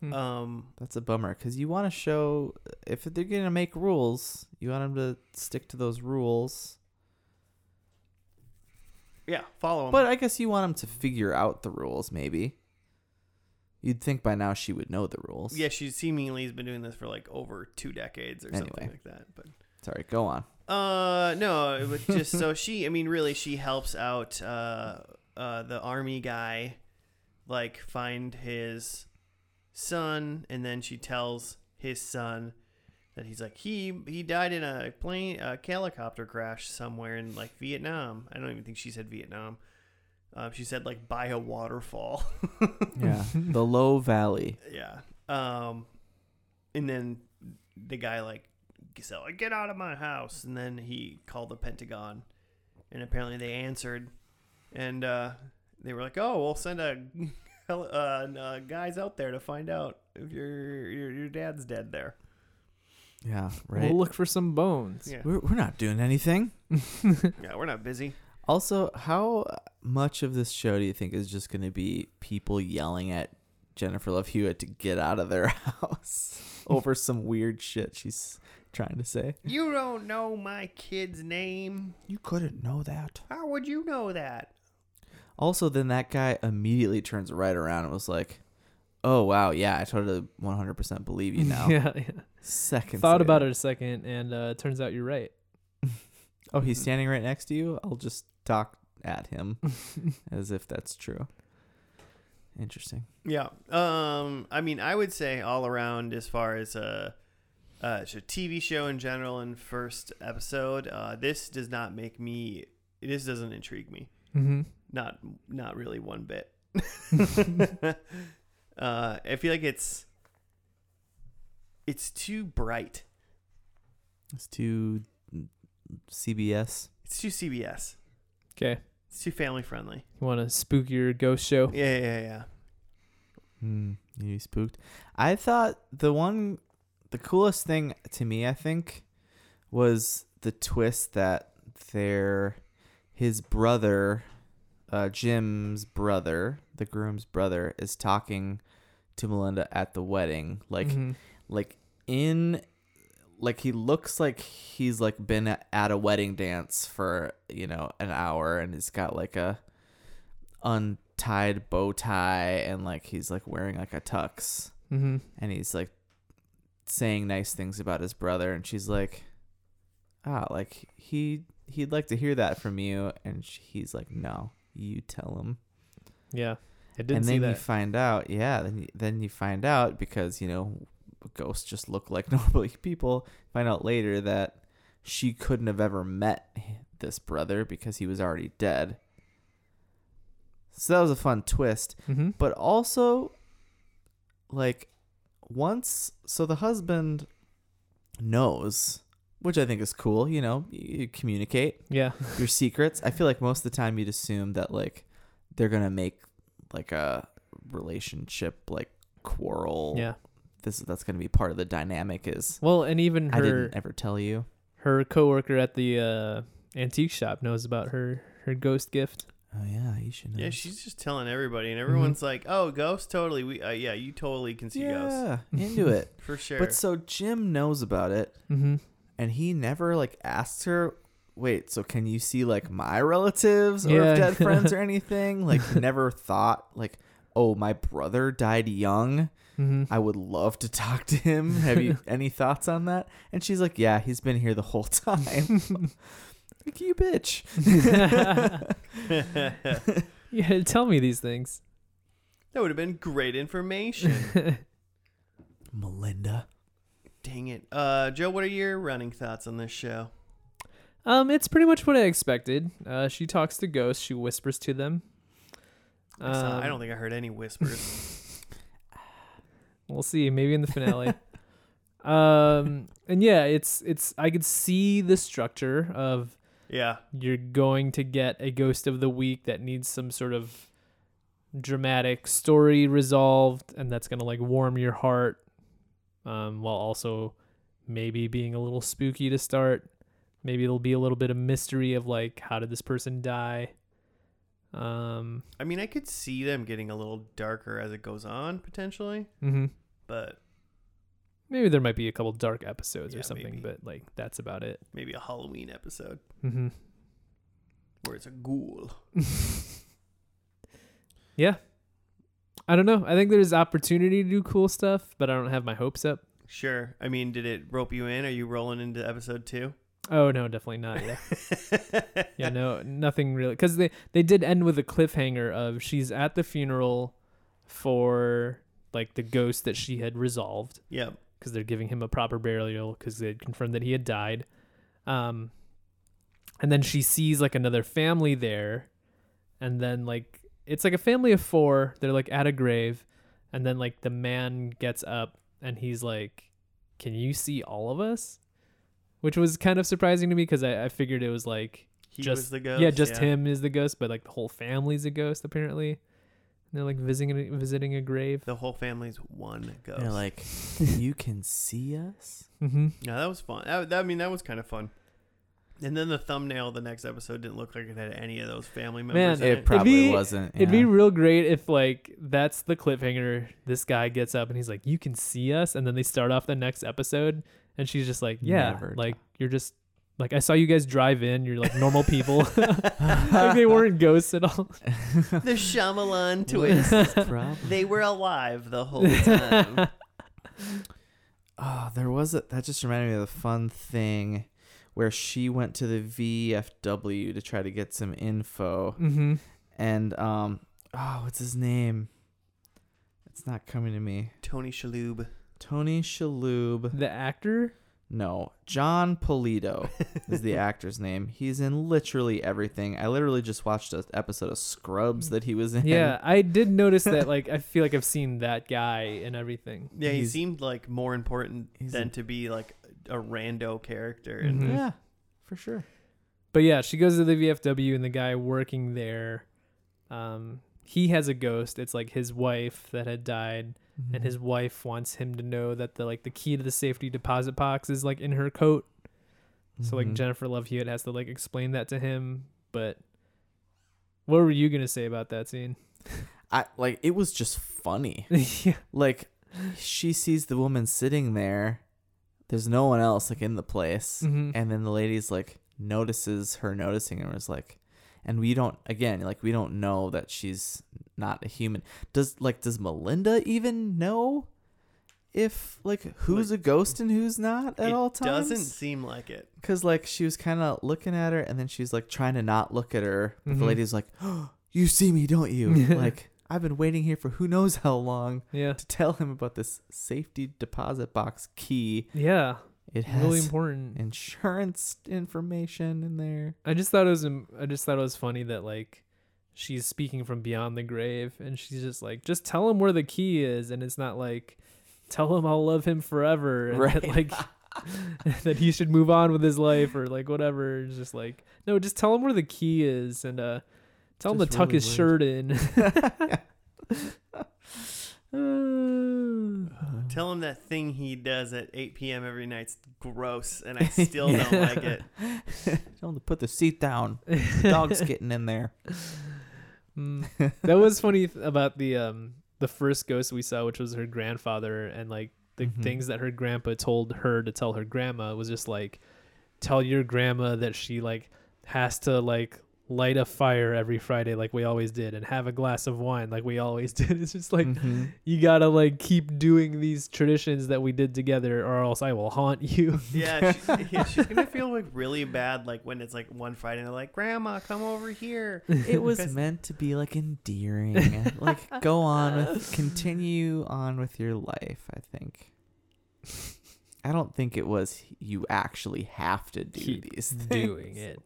Hmm.
Um,
that's a bummer because you want to show if they're gonna make rules you want them to stick to those rules
yeah, follow 'em.
but i guess you want them to figure out the rules maybe you'd think by now she would know the rules
Yeah, she seemingly has been doing this for like over two decades or something
Anyway.
like that. But
sorry go on
uh, no, it was just so she. I mean, really, she helps out uh, uh, the army guy, like find his son, and then she tells his son that he's like he he died in a plane a helicopter crash somewhere in like Vietnam. I don't even think she said Vietnam. Uh, she said like by a waterfall.
yeah the low valley
Yeah. Um, and then the guy like, so like, get out of my house. And then he called the Pentagon, and apparently they answered, and uh, they were like, oh, we'll send a hel- uh, n- uh, guys out there to find out if your your, your dad's dead there.
yeah right
we'll look for some bones.
Yeah.
we're, we're not doing anything
Yeah, we're not busy.
Also, how much of this show do you think is just going to be people yelling at Jennifer Love Hewitt to get out of their house over some weird shit she's trying to say?
You don't know my kid's name.
You couldn't know that.
How would you know that?
Also, then that guy immediately turns right around and was like, Oh wow, yeah, I totally 100% believe you now.
yeah, yeah.
Second.
Thought about it a second, and uh, turns out you're right.
Oh, he's standing right next to you. I'll just talk at him as if that's true. Interesting.
Yeah. Um. I mean, I would say all around as far as uh, uh, so TV show in general and first episode. Uh, this does not make me. This doesn't intrigue me.
mm-hmm.
Not not really one bit. uh, I feel like it's it's too bright.
It's mm, too CBS.
It's too CBS.
Okay,
It's too family friendly.
you want a spookier ghost
Oh.
show?
Yeah, yeah, yeah.
Hmm, you spooked. I thought the one, the coolest thing to me, I think, was the twist that their, his brother, uh, Jim's brother, the groom's brother, is talking to Melinda at the wedding. Like,
Mhm.
like in, like he looks like he's like been a- at a wedding dance for you know an hour, and he's got like a untied bow tie and like he's like wearing like a tux
Mm-hmm.
and he's like saying nice things about his brother and she's like ah like he he'd like to hear that from you and sh he's like no you tell him
Yeah, I didn't
and
see
then you
that.
find out yeah then you, then you find out because you know ghosts just look like normal people find out later that she couldn't have ever met this brother because he was already dead so that was a fun twist
mm-hmm.
but also like once so the husband knows which i think is cool you know you communicate
Yeah,
your secrets i feel like most of the time you'd assume that like they're gonna make like a relationship like quarrel
yeah.
this that's gonna be part of the dynamic is
Well, and even
i
her
didn't ever tell you
her coworker at the uh, antique shop knows about her her ghost gift.
oh yeah you should know
Yeah, she's just telling everybody,
Mm-hmm.
and everyone's like, "Oh, ghost, totally. We, uh, yeah, you totally can see ghosts
yeah into it
for sure."
but so jim knows about it
Mm-hmm.
and he never like asks her wait so can you see like my relatives or
Yeah.
dead friends or anything like he never thought like oh my brother died young
Mm-hmm.
i would love to talk to him have you any thoughts on that and she's like yeah he's been here the whole time like you bitch
yeah, tell me these things.
that would have been great information.
melinda
Dang it, uh, Joe. What are your running thoughts on this show?
Um, it's pretty much what I expected. Uh, she talks to ghosts. She whispers to them.
I saw- I
Um,
don't think I heard any whispers.
We'll see. Maybe in the finale. um, and yeah, it's it's. I could see the structure of
yeah,
you're going to get a ghost of the week that needs some sort of dramatic story resolved, and that's gonna like warm your heart, um, while also maybe being a little spooky to start. Maybe it'll be a little bit of mystery of like how did this person die. Um.
I mean, I could see them getting a little darker as it goes on potentially,
hmm
but
Maybe there might be a couple dark episodes
Yeah,
or something,
maybe.
but like that's about it.
maybe a Halloween episode
Mm-hmm.
where it's a ghoul.
yeah. I don't know. I think there's opportunity to do cool stuff, but I don't have my hopes up.
Sure. I mean, did it rope you in? Are you rolling into episode two?
Oh no, definitely not. Yeah, yeah, no, nothing really. Because they they did end with a cliffhanger of she's at the funeral for like the ghost that she had resolved
Yep.
because they're giving him a proper burial because they had confirmed that he had died. Um, and then she sees like another family there, and then like it's like a family of four. They're like at a grave, and then like the man gets up and he's like, "Can you see all of us?" Which was kind of surprising to me because I, I figured it was like
He
Just-
was the ghost.
yeah, just him is the ghost, but like the whole family's a ghost apparently. And they're like visiting visiting a grave.
The whole family's one ghost.
they're like you can see us
Mm-hmm.
Yeah, that was fun. That, that- I mean, that was kind of fun. And then the thumbnail of the next episode didn't look like it had any of those family members.
Man,
in
it
it
probably
be-
wasn't
It'd be
yeah.
real great if like that's the cliffhanger. This guy gets up and he's like, "You can see us," and then they start off the next episode, and she's just like, "Yeah,
Never
like you're just like I saw you guys drive in. You're like normal people. like they weren't ghosts at all.
the Shyamalan twist. they were alive the whole time.
Oh, there was a that just reminded me of the fun thing where she went to the VFW to try to get some info
Mm-hmm.
and um oh what's his name? It's not coming to me.
Tony Shalhoub.
Tony Shalhoub.
The actor.
No, John Polito Oh, is the actor's name. He's in literally everything. I literally just watched an episode of Scrubs that he was in.
Yeah, I did notice that. Like I feel like I've seen that guy in everything.
Yeah, he
He's-
seemed like more important
he's
than
a- Mm-hmm.
to be like a rando character.
Mhm.
And
Yeah, for sure.
But yeah, she goes to the VFW and the guy working there, um, he has a ghost. It's like his wife that had died, and his wife wants him to know that the like the key to the safety deposit box is like in her coat. So like
Mhm.
Jennifer Love Hewitt has to like explain that to him. But what were you gonna say about that scene?
I like it was just funny.
yeah.
Like she sees the woman sitting there. There's no one else like in the place.
Mhm.
And then the lady's like notices her noticing and was like and we don't again like we don't know that she's not a human. Does like does Melinda even know if like who's a ghost and who's not at
it
all times?
doesn't seem like it.
Cause like she was kind of looking at her, and then she's like trying to not look at her. But
Mhm.
the lady's like, oh, "You see me, don't you?" like I've been waiting here for who knows how long
Yeah.
to tell him about this safety deposit box key.
Yeah.
It has
Really important.
insurance information in there.
I just thought it was im- I just thought it was funny that like she's speaking from beyond the grave and she's just like just tell him where the key is and it's not like tell him I'll love him forever and that,
Right.
like that he should move on with his life or like whatever it's just like no just tell him where the key is and uh tell him to
Just
tuck
really
his
weird.
shirt in
Tell him that thing he does at 8 p.m. every night's gross, and I still don't
Yeah.
like it.
Tell him to put the seat down. The dog's getting in there.
Mm. that was funny th- about the um the first ghost we saw, which was her grandfather, and like the
Mhm.
things that her grandpa told her to tell her grandma was just like, tell your grandma that she like has to like light a fire every Friday like we always did, and have a glass of wine like we always did. It's just like
Mhm.
you gotta like keep doing these traditions that we did together, or else I will haunt you.
Yeah, she, yeah, she's gonna feel like really bad, like when it's like one Friday and they're like, "Grandma, come over here."
It was
Because-
meant to be like endearing. like go on with continue on with your life, I think. I don't think it was you actually have to do
Keep
these things.
doing it.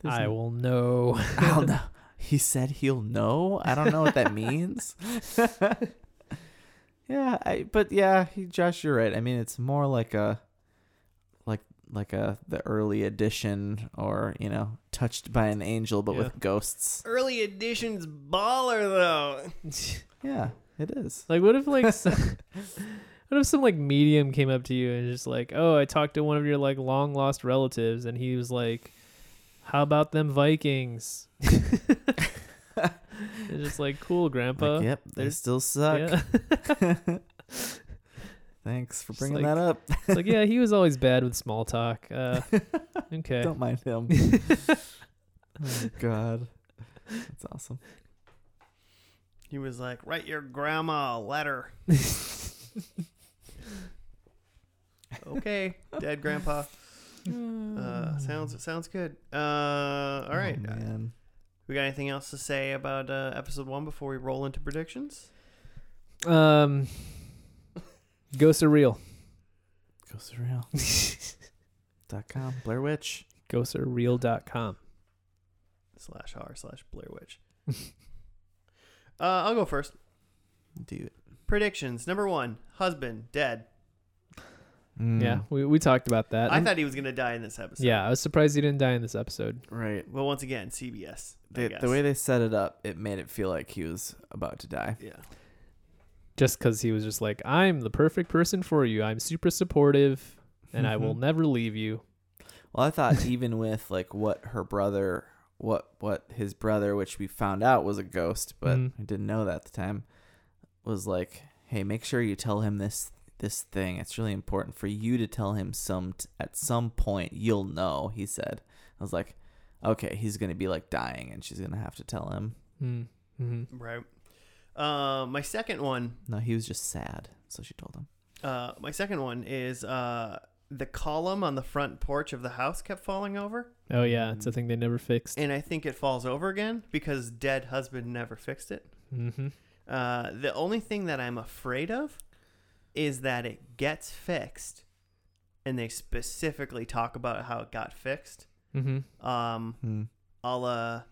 There's
I
no-
will know.
I'll know. He said he'll know. I don't know what that means. yeah, I, but yeah, he, Josh, you're right. I mean, it's more like a, like like a the early edition or you know touched by an angel, but
Yeah.
with ghosts.
Early editions baller though.
Yeah, it is.
Like, what if like, some, what if some like medium came up to you and just like, oh, I talked to one of your like long lost relatives, and he was like, how about them Vikings? it's just like, cool, Grandpa.
Like, yep, they
there's-
still suck.
Yeah.
Thanks for
Just
bringing
like-
that up.
it's like, yeah, he was always bad with small talk. Uh, okay.
Don't mind him. oh God, that's awesome.
He was like, "Write your grandma a letter." okay, dead grandpa. Uh, sounds sounds good. Uh, all right.
oh, man.
we got anything else to say about uh, episode one before we roll into predictions?
Um, ghosts are real.
GhostRail.com, Blair Witch.
Ghosts are real.com.
Slash R slash Blair Witch. uh, I'll go first.
Do it.
Predictions number one: husband dead.
Mm.
Mm.
Yeah, we, we talked about
Uh,
that.
I thought he was gonna die in this episode.
yeah, I was surprised he didn't die in this episode.
Right.
Well, once again, CBS. I
They,
guess.
the way they set it up, it made it feel like he was about to die.
yeah.
just because he was just like, I'm the perfect person for you. I'm super supportive, and I will
Mm-hmm.
Mhm.
never leave you.
Well, I thought even with like what her brother, what what his brother, which we found out was a ghost, but
Mm.
Mhm.
I didn't know that at the time, was like, hey, make sure you tell him this this thing. It's really important for you to tell him some t- at some point. You'll know," he said. I was like, "Okay, he's gonna be like dying, and she's gonna have to tell him."
Mm,
Mm-hmm.
Right. Uh, my second one,
No, he was just sad, so she told him.
uh, my second one is uh, the column on the front porch of the house kept falling over,
Oh yeah, it's a thing they never fixed.
and I think it falls over again because dead husband never fixed it.
Mm-hmm.
Uh, the only thing that I'm afraid of is that it gets fixed, and they specifically talk about how it got fixed.
Mm-hmm.
Um,
Hmm.
a la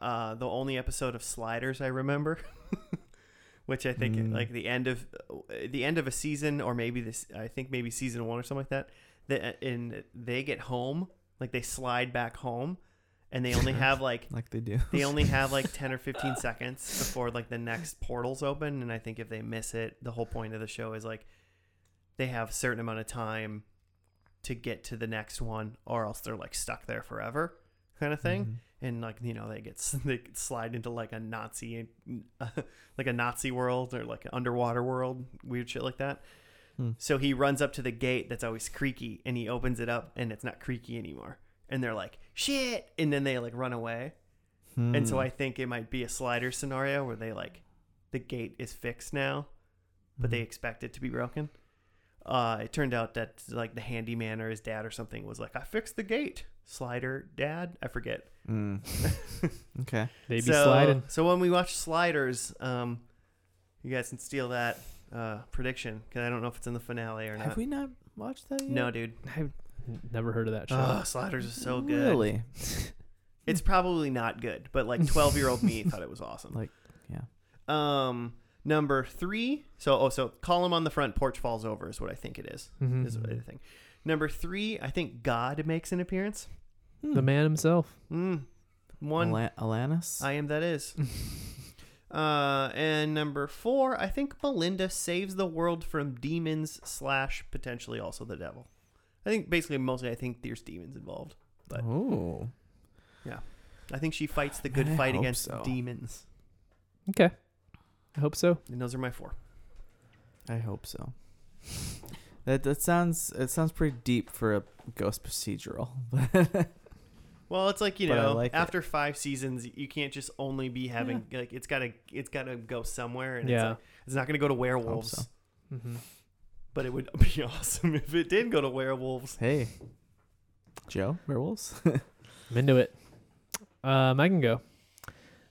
uh, the only episode of Sliders I remember, which I think
Mm.
like the end of the end of a season or maybe this I think maybe season one or something like that. That and they get home like they slide back home, and they only have like
Like they do.
they only have like 10 or 15 seconds before like the next portals open and i think if they miss it the whole point of the show is like they have a certain amount of time to get to the next one or else they're like stuck there forever kind of thing and like you know they get s- they get slide into like a nazi like a nazi world or like an underwater world weird shit like that
Hmm.
so he runs up to the gate that's always creaky and he opens it up and it's not creaky anymore and they're like shit and then they like run away
Hmm.
and so I think it might be a slider scenario where they like the gate is fixed now, but
Hmm.
they expect it to be broken. Uh, it turned out that like the handyman or his dad or something was like, "I fixed the gate, slider dad." I forget.
Hmm. okay.
They be
so,
sliding.
So when we watch Sliders, um, you guys can steal that uh, prediction because I don't know if it's in the finale or
Have
not.
we not watched that yet?
no, dude.
I've never heard of that show.
Uh,
Ugh, sliders is so good.
Really?
It's probably not good, but like 12 year old me thought it was awesome.
Like, yeah.
Um, number three. So, oh, so column on the front porch falls over is what I think it is.
Mm-hmm.
Mhm.
Is what I think. Number three, I think God makes an appearance.
The man himself.
Mm. One,
Hmm. Ala- Alanis.
I am that is. uh, and number four, I think Melinda saves the world from demons slash potentially also the devil. I think basically mostly I think there's demons involved. but-
oh.
I think she fights the good
Man, I
fight
hope
against
so.
demons.
Okay. I hope so.
And those are my four.
I hope so. That that sounds it sounds pretty deep for a ghost procedural.
Well, it's like you
But I
know,
like it.
after five seasons, you can't just only be having like it's gotta it's gotta go somewhere, and it's,
Yeah.
like, it's not gonna go to werewolves.
so.
Mm-hmm.
But it would be awesome if it did go to werewolves.
hey, Joe, werewolves.
I'm into it. Um, I can go.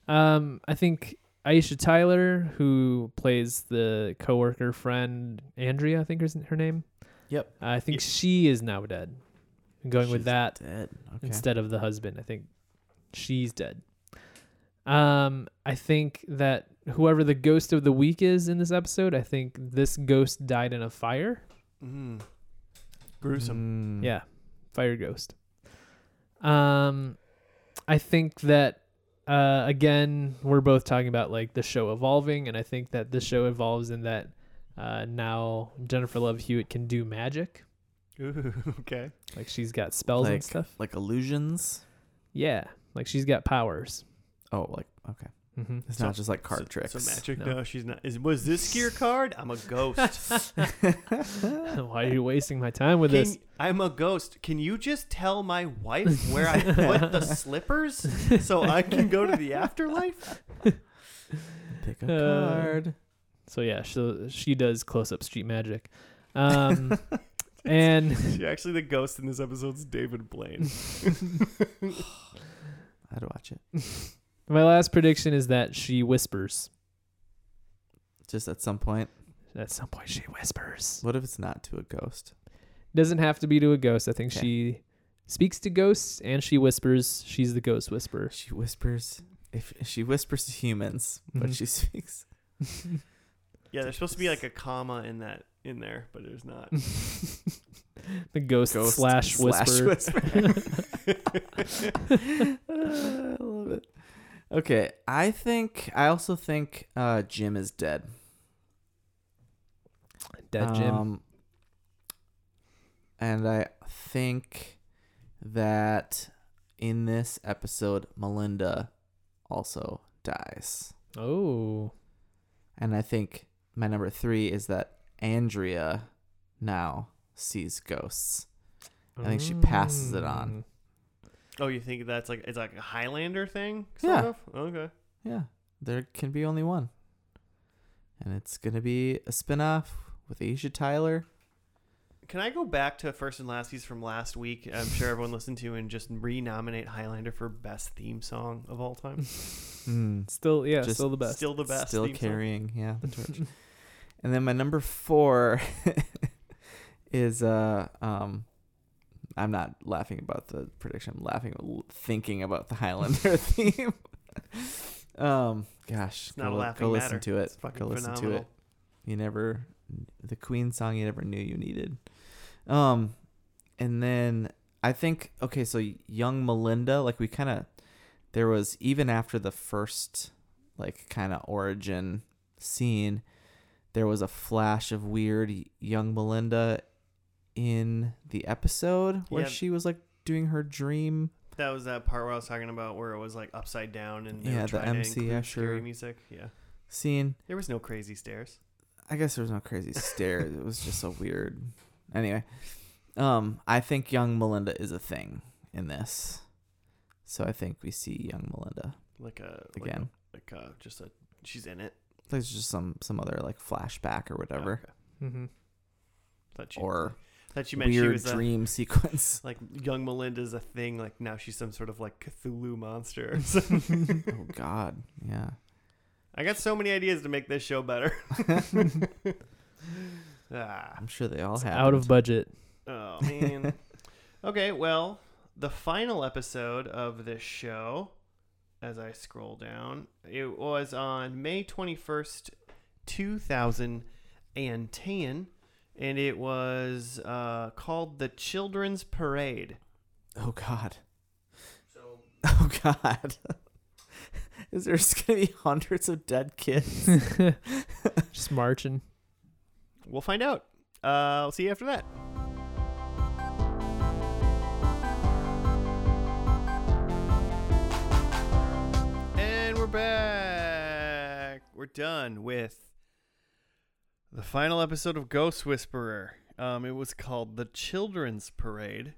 Um, I think Aisha Tyler, who plays the coworker friend Andrea, I think is her name.
Yep.
I think
Yeah.
she is now dead. I'm going with
She's
that
Dead. Okay.
instead of the husband. I think she's dead. Um, I think that whoever the ghost of the week is in this episode, I think this ghost died in a fire.
Mm. Gruesome.
Mm.
Yeah, Fire Ghost. Um, I think that uh, again, we're both talking about like the show evolving, and I think that the show evolves in that uh, now Jennifer Love Hewitt can do magic,
Ooh,
Mm.
okay.
like she's got spells
Like
and stuff.
like illusions.
Yeah, like she's got powers.
Oh, like okay.
hmm
It's
So-
not just like card
so,
tricks.
So magic?
No.
No. she's not. Is was this your card? I'm a ghost.
Why are you wasting my time with
Can,
this?
I'm a ghost. Can you just tell my wife where I put the slippers so I can go to the afterlife?
Pick a
Uh,
card.
So yeah, so she does close-up street magic, um, and
She actually the ghost in this episode's David Blaine.
I'd watch it.
my last prediction is that she whispers.
Just at some point.
At some point, she whispers.
What if it's not to a ghost?
doesn't have to be to a ghost. I think
Okay.
she speaks to ghosts and she whispers. She's the ghost whisperer.
She whispers. If she whispers to humans, but
Mhm.
she speaks.
Yeah, there's supposed to be like a comma in that in there, but there's not.
the ghost,
Ghost
slash whisperer.
whisper. I love it. Okay, I think I also think uh, Jim is dead.
Dead Jim.
Um, and I think that in this episode, Melinda also dies.
oh,
And I think my number three is that Andrea now sees ghosts. I think she passes it on.
Oh, you think that's like it's like a Highlander thing?
Yeah.
Of? Okay.
Yeah, there can be only one. And it's going to be a spin-off with Asia Tyler.
Can I go back to First and Lasties from last week? I'm sure everyone listened to and just re-nominate Highlander for best theme song of all time.
Mm. Still, yeah,
Mm. Just
still the best.
Still the best.
Hmm. Still
theme song.
carrying, yeah, the torch. and then my number four is uh um I'm not laughing about the prediction. I'm laughing l- thinking about the Highlander theme. um gosh,
It's not a
go, li-
laughing
go
matter.
listen to it.
It's fucking
go listen
phenomenal.
to it. You never the Queen song you never knew you needed. Um and then I think okay, so young Melinda, like we kind of there was even after the first like kind of origin scene, there was a flash of weird y- young Melinda in the episode where
Yeah.
she was like doing her dream.
That was that part where I was talking about where it was like upside down and
Yeah,
yeah,
the
the MC
MC Escher.
scary music. Yeah,
scene.
there was no crazy stairs.
I guess there was no crazy stairs. It was just a weird. Anyway, um, I think young Melinda is a thing in this, so I think we see young Melinda
Like a like a-
again.
like, uh, just a she's in it.
There's just some some other like flashback or whatever,
Okay.
Mm-hmm.
Thought she,
or
thought she meant she
weird
was a,
dream sequence.
like young Melinda's a thing. Like now she's some sort of like Cthulhu monster. or something.
oh God, yeah.
I got so many ideas to make this show better. ah,
I'm sure they all have.
Out of budget.
oh man. okay, well, the final episode of this show, as I scroll down, it was on May twenty first, two thousand and ten, and it was uh, called the Children's Parade.
Oh God. Oh God. Is there just gonna be hundreds of dead kids?
Just marching.
We'll find out. Uh, I'll see you after that. And we're back. We're done with the final episode of Ghost Whisperer. Um, it was called The Children's Parade.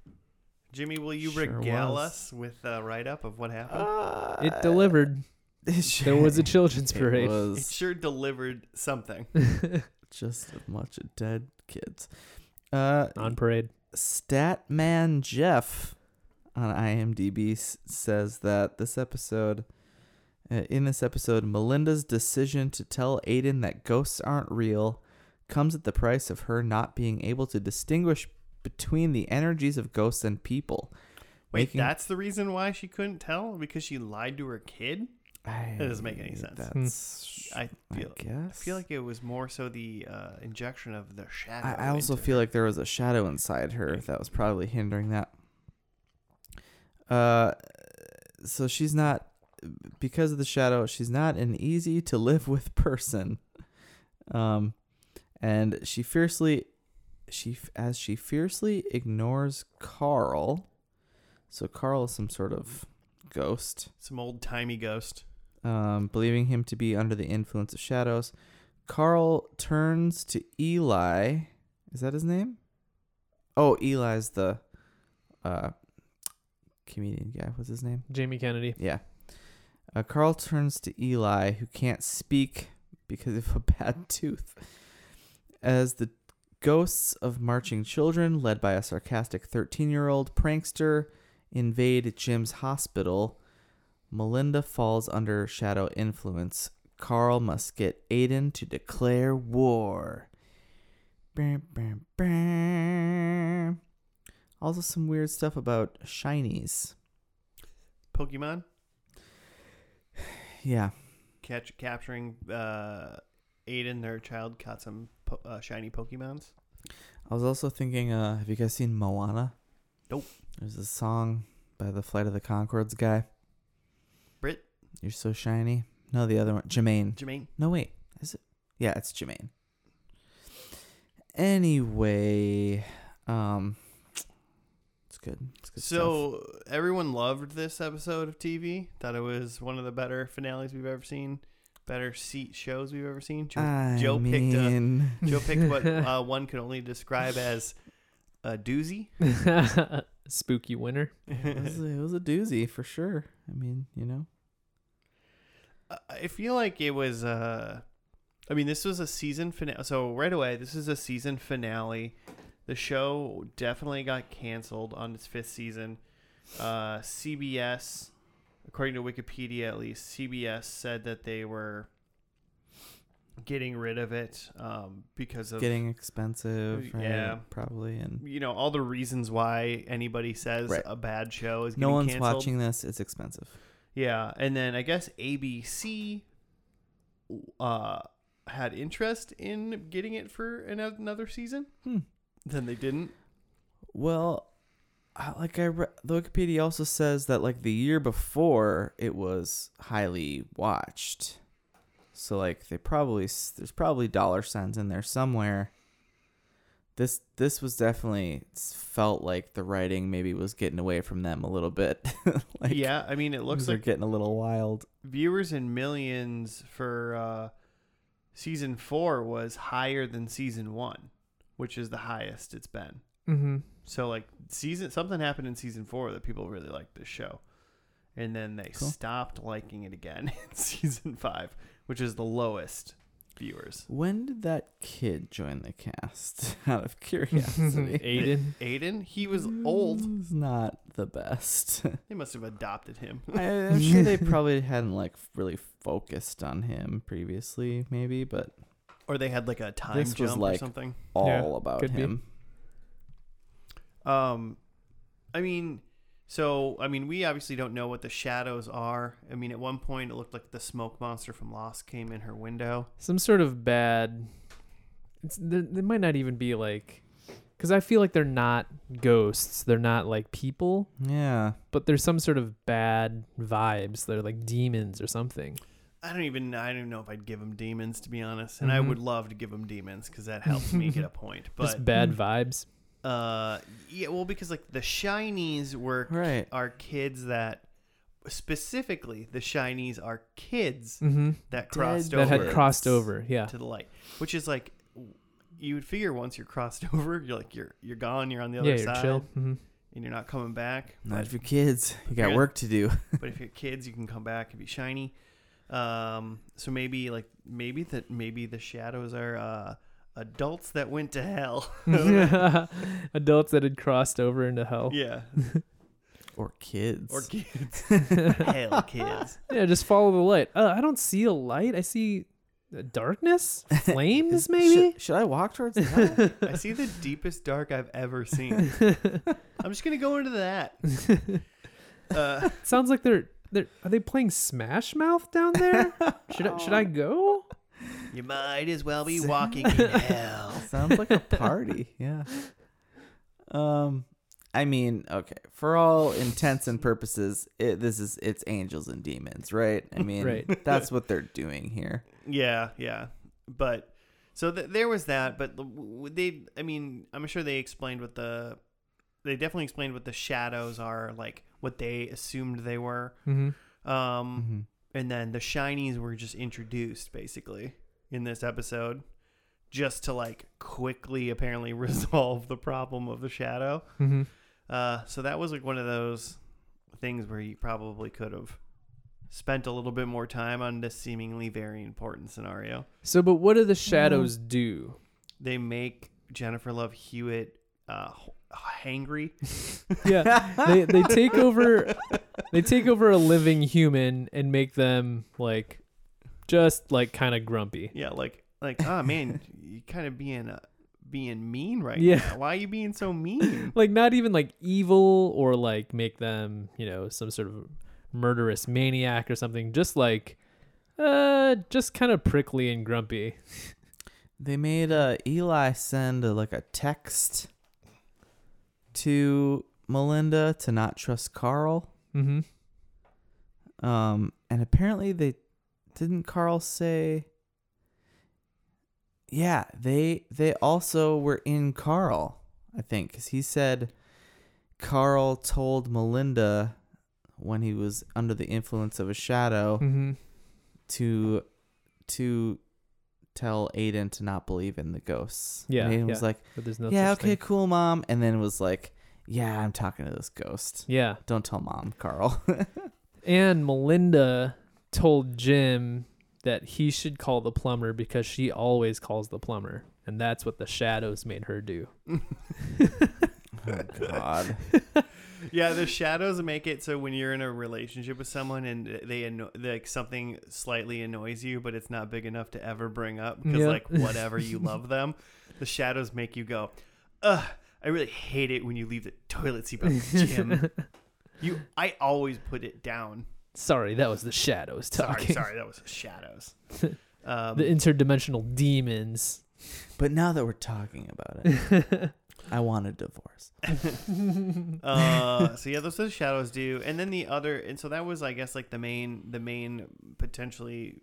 Jimmy, will you
Sure
regale
was.
us with a write up of what happened?
Uh,
It delivered.
it sure-
There was a children's
it
parade.
it
was
sure delivered something.
just a bunch of dead kids. Uh,
on parade.
Statman Jeff on IMDb s- says that this episode, uh, in this episode, Melinda's decision to tell Aiden that ghosts aren't real comes at the price of her not being able to distinguish between the energies of ghosts and people.
Wait,
Making-
that's the reason why she couldn't tell? Because she lied to her kid?
I,
doesn't make any sense.
That's,
I
I,
feel
guess.
I feel like it was more so the uh, injection of the shadow.
I, I also feel like there was a shadow inside her that was probably hindering that. Uh, so she's not because of the shadow. She's not an easy to live with person. Um, and she fiercely, she f- as she fiercely ignores Carl. So Carl is some sort of ghost
some old timey ghost.
um, believing him to be under the influence of shadows. Carl turns to Eli. Is that his name? Oh, Eli's the uh, comedian guy. What's his name?
Jamie Kennedy.
Yeah. Uh, Carl turns to Eli, who can't speak because of a bad tooth. As the ghosts of marching children, led by a sarcastic 13 year old prankster, invade Jim's hospital, Melinda falls under shadow influence. Carl must get Aiden to declare war. Bam, bam, bam. Also, some weird stuff about shinies.
Pokemon
Yeah.
catch capturing uh, Aiden, their child, caught some po- uh, shiny Pokemons.
I was also thinking, uh, have you guys seen Moana?
Nope.
There's a song by the Flight of the Concords guy.
Brit,
You're so shiny. No, the other one. Jermaine.
Jermaine,
No, wait. Is it? Yeah, it's Jermaine. Anyway, um, it's good. It's good stuff.
So everyone loved this episode of TV. Thought it was one of the better finales we've ever seen. better seat shows we've ever seen. Joe,
I
Joe picked a,
mean,
Joe picked what uh, one could only describe as a doozy.
Spooky winter.
it, was a, it was a doozy for sure. I mean, you know,
Uh, I feel like it was. Uh, I mean, this was a season finale. So right away, this is a season finale. The show definitely got canceled on its fifth season. Uh, CBS, according to Wikipedia at least, CBS said that they were getting rid of it um, because of
getting expensive. Right?
Yeah.
probably. And
you know all the reasons why anybody says
Right.
a bad show is
no
getting
one's
canceled.
watching this. It's expensive.
Yeah, and then I guess ABC uh, had interest in getting it for an- another season.
Hmm.
Then they didn't.
Well, I, like I re- the Wikipedia also says that like the year before it was highly watched. So like they probably s- there's probably dollar signs in there somewhere. This this was definitely s- felt like the writing maybe was getting away from them a little bit. like
yeah, I mean, it looks
they're
like
getting a little wild.
viewers in millions for uh, season four was higher than season one, which is the highest it's been.
Mm-hmm.
So like season something happened in season four that people really liked this show, and then they
Cool.
stopped liking it again in season five, which is the lowest viewers.
When did that kid join the cast? Out of curiosity.
Aiden.
Aiden, he was old.
He's not the best.
They must have adopted him.
I, am sure they probably hadn't like really focused on him previously, maybe, but
Or they had like a time
This was
jump or
like-
something.
all
Yeah,
about
could be.
him.
Um I mean so I mean we obviously don't know what the shadows are. I mean at one point it looked like the smoke monster from Lost came in her window.
some sort of bad it's there, there might not even be like because i feel like they're not ghosts they're not like people
Yeah,
but there's some sort of bad vibes they're like demons or something
I don't even I don't even know if I'd give him demons to be honest. And I
Mm-hmm.
Mhm.
would love to give him demons cuz that helps me get a point. But
just bad
Mm.
vibes
uh yeah, well because like the shinies were
right.
are kids that specifically the shinies are kids
mm-hmm.
that crossed
Dead
over
that had
Over.
crossed over yeah
to the light, which is like you would figure once you're crossed over, you're like you're you're gone, you're on the other
yeah you're
side,
chill mm-hmm.
and you're not coming back.
Not
But,
if you're kids, you got
Yeah.
work to do.
but if you're kids, you can come back and be shiny. Um, so maybe like maybe that maybe the shadows are uh, adults that went to hell.
adults that had crossed over into hell
yeah,
Or kids.
or kids, hell kids.
yeah just follow the light uh, i don't see a light i see uh, darkness flames
Is-
maybe
Should, should I walk towards that?
I see the deepest dark I've ever seen. I'm just gonna go into that. Uh,
Sounds like they're they're are they playing Smash Mouth down there? should I, should I go?
you might as well be walking in hell.
Sounds like a party. Yeah. Um, I mean, okay. For all intents and purposes, it, this is it's angels and demons, right? I mean,
Right.
that's what they're doing here.
Yeah, yeah. But so th- there was that. But the- w- they, I mean, I'm sure they explained what the, they definitely explained what the shadows are, like what they assumed they were.
Mm-hmm.
Um,
Mm-hmm.
and then the shinies were just introduced basically in this episode, just to like quickly apparently resolve the problem of the shadow.
Mm-hmm.
Uh, so that was like one of those things where you probably could have spent a little bit more time on this seemingly very important scenario.
So, but what do the shadows do?
they make Jennifer Love Hewitt uh, h- hangry.
Yeah, they they take over they take over a living human and make them like just like kind of grumpy.
Yeah, like like oh man, you kind of being uh, being mean right
Yeah.
now. Why are you being so mean?
Like not even like evil or like make them you know some sort of murderous maniac or something. Just like uh, just kind of prickly and grumpy.
They made uh, Eli send uh like a text to Melinda to not trust Carl.
Mm-hmm.
Um, and apparently they didn't Carl say Yeah, they they also were in Carl, I think, cuz he said Carl told
Hmm.
Melinda when he was under the influence of a shadow
Mm-hmm.
to to tell Aiden to not believe in the ghosts.
Yeah,
And Aiden
yeah.
was like,
But there's no.
yeah,
such
okay,
thing.
cool, mom. And then was like, yeah, I'm talking to this ghost.
Yeah,
Don't tell mom, Carl.
and Melinda told Jim that he should call the plumber because she always calls the plumber, and that's what the shadows made her do.
oh, God.
Yeah, the shadows make it so when you're in a relationship with someone and they anno- like something slightly annoys you, but it's not big enough to ever bring up because
Yeah.
like whatever you love them, the shadows make you go, ugh. I really hate it when you leave the toilet seat by the gym. you, I always put it down.
Sorry, that was the shadows
Sorry,
talking.
sorry, that was shadows. Um,
The interdimensional demons.
But now that we're talking about it, I want a divorce.
uh, so yeah, those are the shadows do, and then the other, and so that was, I guess, like the main, the main potentially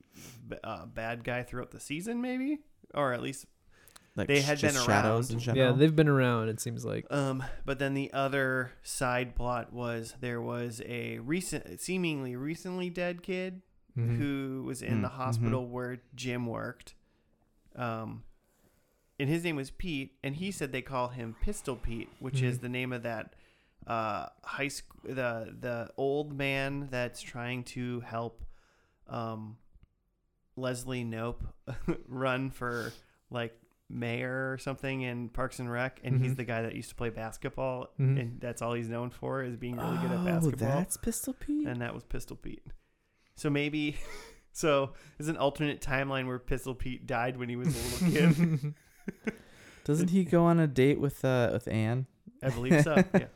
b- uh, bad guy throughout the season, maybe, or at least,
Like
They
sh-
had
just
been
shadows
around.
in
Yeah,
general.
they've been around. It seems like.
um, but then the other side plot was there was a recent, seemingly recently dead kid
Mhm.
who was in
Mm,
the
mhm.
hospital where Jim worked, um, and his name was Pete, and he said they call him Pistol Pete, which is
Mhm.
the name of that uh, high school the the old man that's trying to help um, Leslie Nope run for like mayor or something in Parks and Rec, and he's
Mhm.
the guy that used to play basketball,
Mhm.
and that's all he's known for is being really good at
Oh,
basketball
that's Pistol Pete.
and that was Pistol Pete. So maybe, so there's an alternate timeline where Pistol Pete died when he was a little kid.
Doesn't he go on a date with uh with Anne?
I believe so. Yeah.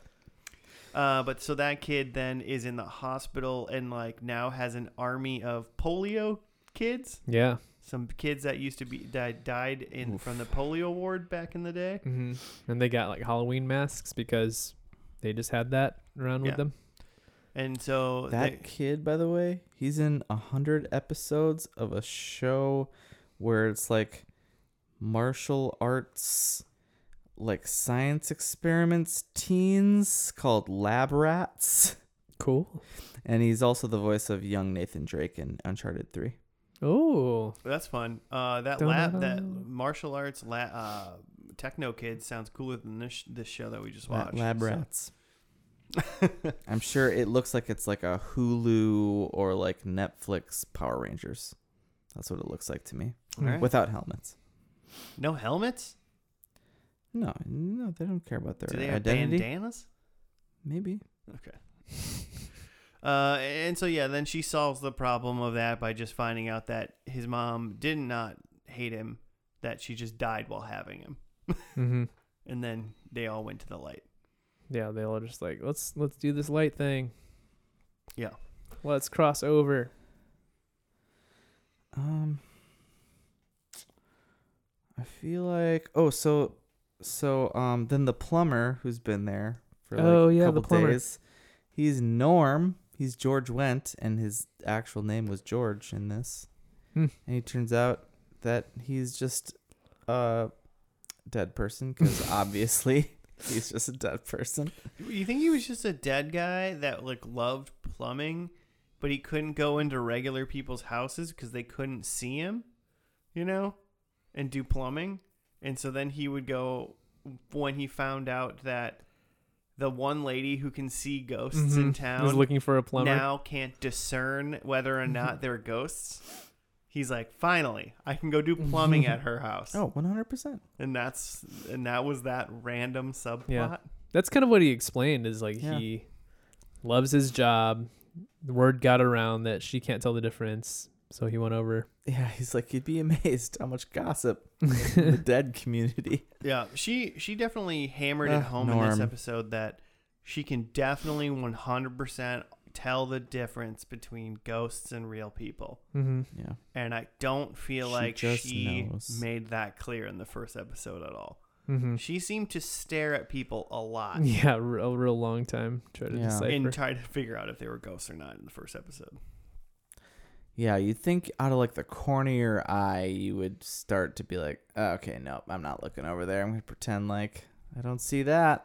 Uh, but so that kid then is in the hospital and like now has an army of polio kids.
yeah.
Some kids that used to be that died in from the polio ward back in the day.
hmm And they got like Halloween masks because they just had that around
Yeah.
with them.
And so
That
they-
kid, by the way, he's in a hundred episodes of a show where it's like martial arts, like science experiments, teens called Lab Rats,
Cool.
and he's also the voice of young Nathan Drake in Uncharted Three.
Oh,
that's fun. Uh, that
Dun,
lab,
dun,
that
dun.
martial arts la- uh, techno kid sounds cooler than this this show that we just
La-
watched.
Lab
So-
Rats. I'm sure it looks like it's like a Hulu or like Netflix Power Rangers. That's what it looks like to me.
All right.
Without helmets.
No helmets.
No, no, they don't care about their
Do they have
identity.
bandanas?
Maybe.
Uh, and so yeah, then she solves the problem of that by just finding out that his mom did not hate him, that she just died while having him,
hmm
and then they all went to the light.
yeah. They all just like let's let's do this light thing.
Yeah.
Let's cross over.
Um, I feel like oh, so so um, then the plumber who's been there for like
Oh,
a
yeah, the
couple
plumber.
days, he's Norm. He's George Wendt, and his actual name was George in this.
Hmm.
And it turns out that he's just a dead person because obviously he's just a dead person.
You think he was just a dead guy that like loved plumbing, but he couldn't go into regular people's houses because they couldn't see him, you know, and do plumbing, and so then he would go when he found out that the one lady who can see ghosts in
Mhm.
Mm-hmm.
Was
town
looking for a plumber.
now can't discern whether or not they're ghosts. He's like, finally, I can go do plumbing at her house,
Oh, 100%.
and that's and that was that random subplot.
Yeah. That's kind of what he explained. Is like
Yeah.
he loves his job. The word got around that she can't tell the difference, so he went over.
Yeah, he's like, you'd be amazed how much gossip in the dead community.
Yeah, she she definitely hammered it
Ugh,
home in this
Norm.
episode that she can definitely 100% tell the difference between ghosts and real people.
Mm-hmm.
Yeah.
And I don't feel
She
like
just
she
knows.
made that clear in the first episode at all.
Mm-hmm.
She seemed to stare at people a lot
Yeah, r- a real long time trying to
Yeah.
decipher.
and try to figure out if they were ghosts or not in the first episode.
Yeah, you'd think out of like the corner of your eye, you would start to be like, "Oh, okay, nope, I'm not looking over there. I'm going to pretend like I don't see that.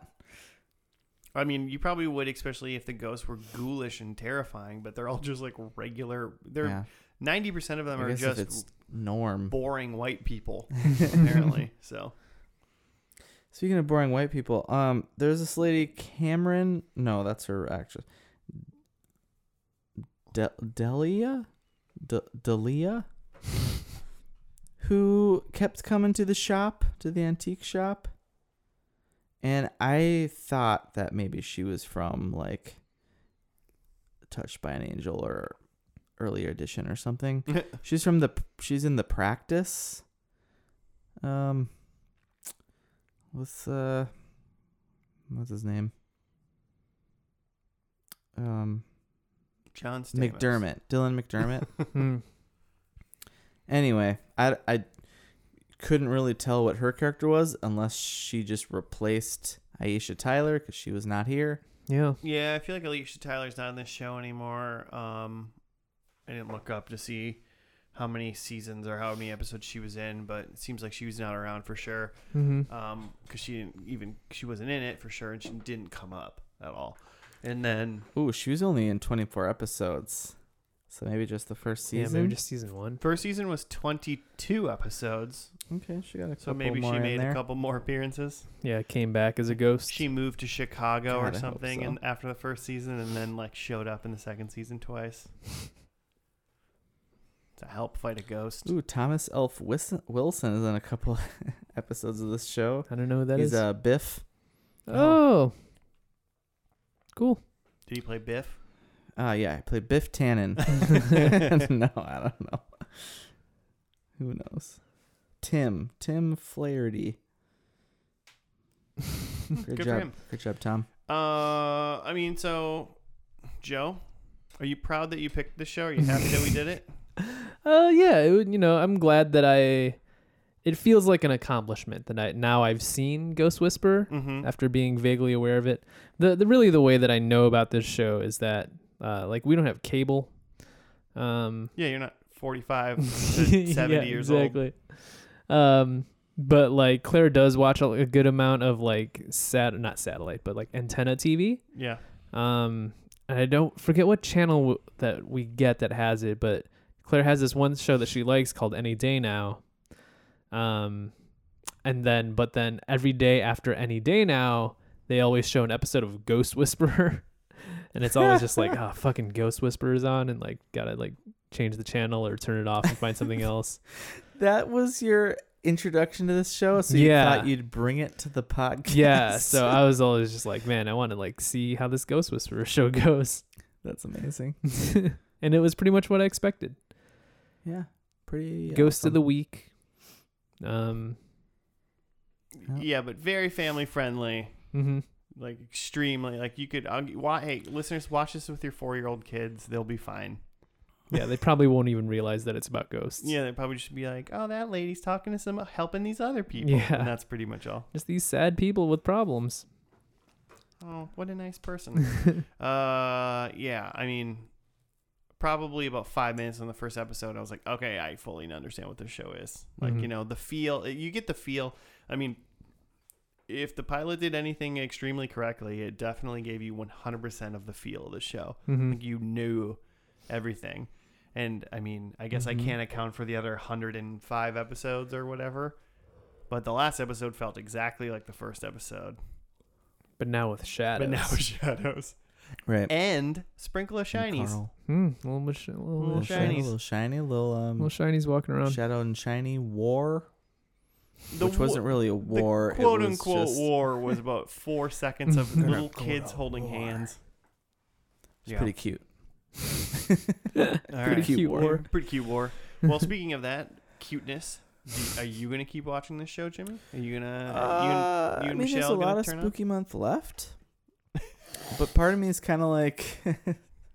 I mean, you probably would, especially if the ghosts were ghoulish and terrifying, but they're all just like regular. They're
yeah.
Ninety percent of them
I
are
guess if
just
it's norm.
boring white people, apparently. So
Speaking of boring white people, um, there's this lady Cameron. No, that's her actress. De- Delia, De- Delia, who kept coming to the shop, to the antique shop, and I thought that maybe she was from like Touched by an Angel or Early Edition or something. She's from the. She's in the practice. Um. What's uh. What's his name? Um,
John Stamos.
McDermott, Dylan McDermott.
Hmm.
anyway, I I couldn't really tell what her character was unless she just replaced Aisha Tyler because she was not here.
Yeah.
Yeah, I feel like Alicia Tyler's not on this show anymore. Um, I didn't look up to see how many seasons or how many episodes she was in, but it seems like she was not around for sure.
Mm-hmm.
Um, because she didn't even she wasn't in it for sure, and she didn't come up at all. And then
Ooh, she was only in 24 episodes, so maybe just the first
Yeah,
season.
maybe just season one.
first season was twenty two episodes,
okay, she got a
so
couple
maybe
more
she
in
made a
there.
couple more appearances.
Yeah, came back as a ghost.
She moved to Chicago
God, I
or
hope
something,
so.
and after the first season, and then like showed up in the second season twice to help fight a ghost.
Ooh, Thomas Elf Wilson Wilson is in a couple episodes of this show.
I don't know who that
He's
is.
uh, Biff.
oh. Cool.
Did he play Biff?
Uh, yeah, I played Biff Tannen. no, I don't know. Who knows? Tim. Tim Flaherty. Great
Good for
job.
him.
Good job, Tom.
Uh, I mean, so Joe, are you proud that you picked this show? Are you happy that we did it?
Uh, yeah, it would, you know, I'm glad that I. It feels like an accomplishment that I now I've seen Ghost Whisperer
Mm-hmm.
after being vaguely aware of it. The, the really the way that I know about this show is that uh, like we don't have cable. Um,
Yeah, you're not 45 to 70 years old.
exactly. Um, but like Claire does watch a, a good amount of like sat not satellite but like antenna TV.
Yeah.
Um, and I don't forget what channel w- that we get that has it, but Claire has this one show that she likes called Any Day Now. Um, and then, but then every day after Any Day Now, they always show an episode of Ghost Whisperer. and it's always just like, oh, fucking Ghost Whisperer's on, and like, gotta like change the channel or turn it off and find something else.
That was your introduction to this show, so you
Yeah.
thought you'd bring it to the podcast.
yeah. So I was always just like, man, I want to like see how this Ghost Whisperer show goes.
That's amazing.
and it was pretty much what I expected.
Yeah. Pretty
Ghost of the
awesome.
Week. Um,
Yeah.
Yeah, but very family friendly.
mhm.
Like extremely. Like you could. I'll, why, hey, listeners, watch this with your four year old kids. They'll be fine.
yeah, they probably won't even realize that it's about ghosts.
Yeah, they probably just be like, oh, that lady's talking to some helping these other people.
Yeah.
And that's pretty much all.
Just these sad people with problems.
Oh, what a nice person. uh, yeah, I mean, probably about five minutes on the first episode, I was like, okay, I fully understand what this show is. Like,
Mhm.
you know, the feel, you get the feel. I mean, if the pilot did anything extremely correctly, it definitely gave you 100% of the feel of the show.
Mhm.
Like, you knew everything. And I mean, I guess
Mm-hmm.
Mhm.
I can't account for the other 105 episodes or whatever, but the last episode felt exactly like the first episode.
But now with shadows.
But now with shadows
Right.
and sprinkle of shinies.
Carl.
Hmm, little, mush- little, little,
Little
Little
shinies.
shiny,
shinies.
little shiny, little um
Little shinies walking around.
shadow and shiny war,
The
which wasn't
wa-
really a
the
war. it
quote
was
unquote
just-
war was about four seconds of
They're
little
not going
kids
to
holding
war.
hands.
It's pretty cute.
All
Pretty
right.
cute war.
Pretty cute war. Well, speaking of that cuteness, do- are you gonna keep watching this show, Jimmy? Are you gonna?
Uh,
you and
I mean, there's
Michelle
a
gonna
lot of
turn up?
spooky month left, but part of me is kind of like,
you,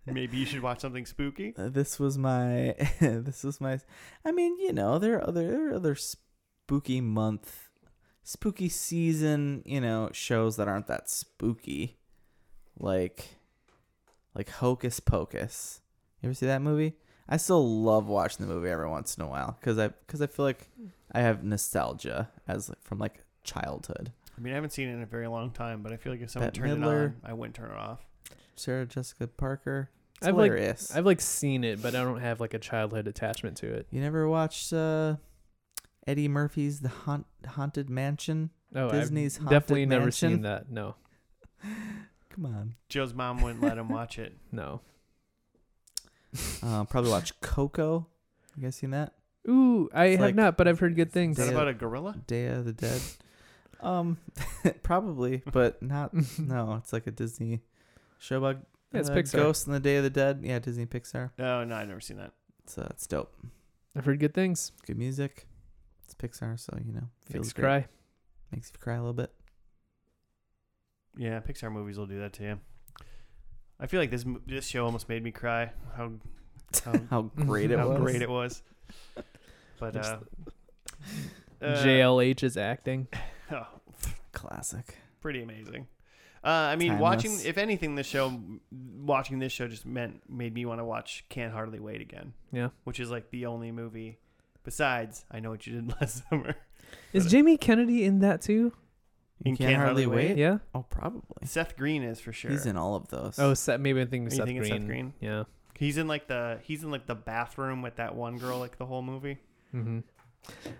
maybe you should watch something spooky.
Uh, this was my, this was my. I mean, you know, there are other there are other spooky month, spooky season, you know, shows that aren't that spooky, like, like Hocus Pocus. You ever see that movie? I still love watching the movie every once in a while because I because I feel like I have nostalgia as like, from like childhood.
I mean, I haven't seen it in a very long time, but I feel like if someone
Bette
turned it
Midler.
on, I wouldn't turn it off.
Sarah Jessica Parker. It's
I've, like-
hilarious.
I've like seen it, but I don't have like a childhood attachment to it.
you never watched uh, Eddie Murphy's The Haunt- Haunted Mansion?
Oh,
Disney's
I've
Haunted
definitely never
Mansion?
seen that. No,
Come on.
Joe's mom wouldn't let him watch it.
no.
Uh, probably watch Coco. You guys seen that?
Ooh, I
It's
have
like-
not, but I've heard good things.
Is that
Yeah.
about a gorilla?
Day of the Dead. Um, probably, but not. No, it's like a Disney show about
Yeah, it's
uh,
Pixar.
Ghost and the Day of the Dead. Yeah, Disney Pixar.
No, no, I've never seen that.
It's uh, it's dope.
I've heard good things.
Good music. It's Pixar, so you know feels
Makes you
great.
cry.
Makes you cry a little bit.
Yeah, Pixar movies will do that to you. I feel like this mo- this show almost made me cry. How how,
How great it
how
was.
great it was. But
Just
uh, uh,
JLH is acting.
oh,
Classic.
pretty amazing. Uh, I mean, watching
Timeless.
if anything, this show, watching this show just meant made me want to watch Can't Hardly Wait again.
Yeah.
which is like the only movie besides I Know What You Did Last Summer.
Is Jamie Kennedy in that too?
You can't, hardly, wait.
Yeah.
Oh, probably.
Seth Green is for sure.
He's in all of those.
Oh, Seth, maybe I'm thinking
You
of Seth
thinking
Green.
Seth Green?
Yeah.
He's in like the he's in like the bathroom with that one girl like the whole movie.
hmm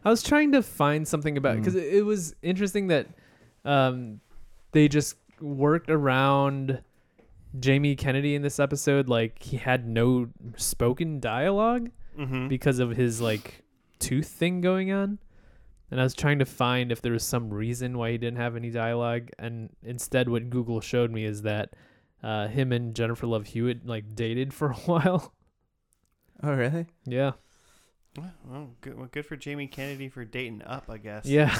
I was trying to find something about
Mm.
because it, it was interesting that um, they just worked around Jamie Kennedy in this episode. Like he had no spoken dialogue
Mm-hmm.
because of his like tooth thing going on. And I was trying to find if there was some reason why he didn't have any dialogue. And instead, what Google showed me is that uh, him and Jennifer Love Hewitt like dated for a while.
oh, really?
yeah.
well, good, well, good for Jamie Kennedy for dating up, I guess.
Yeah.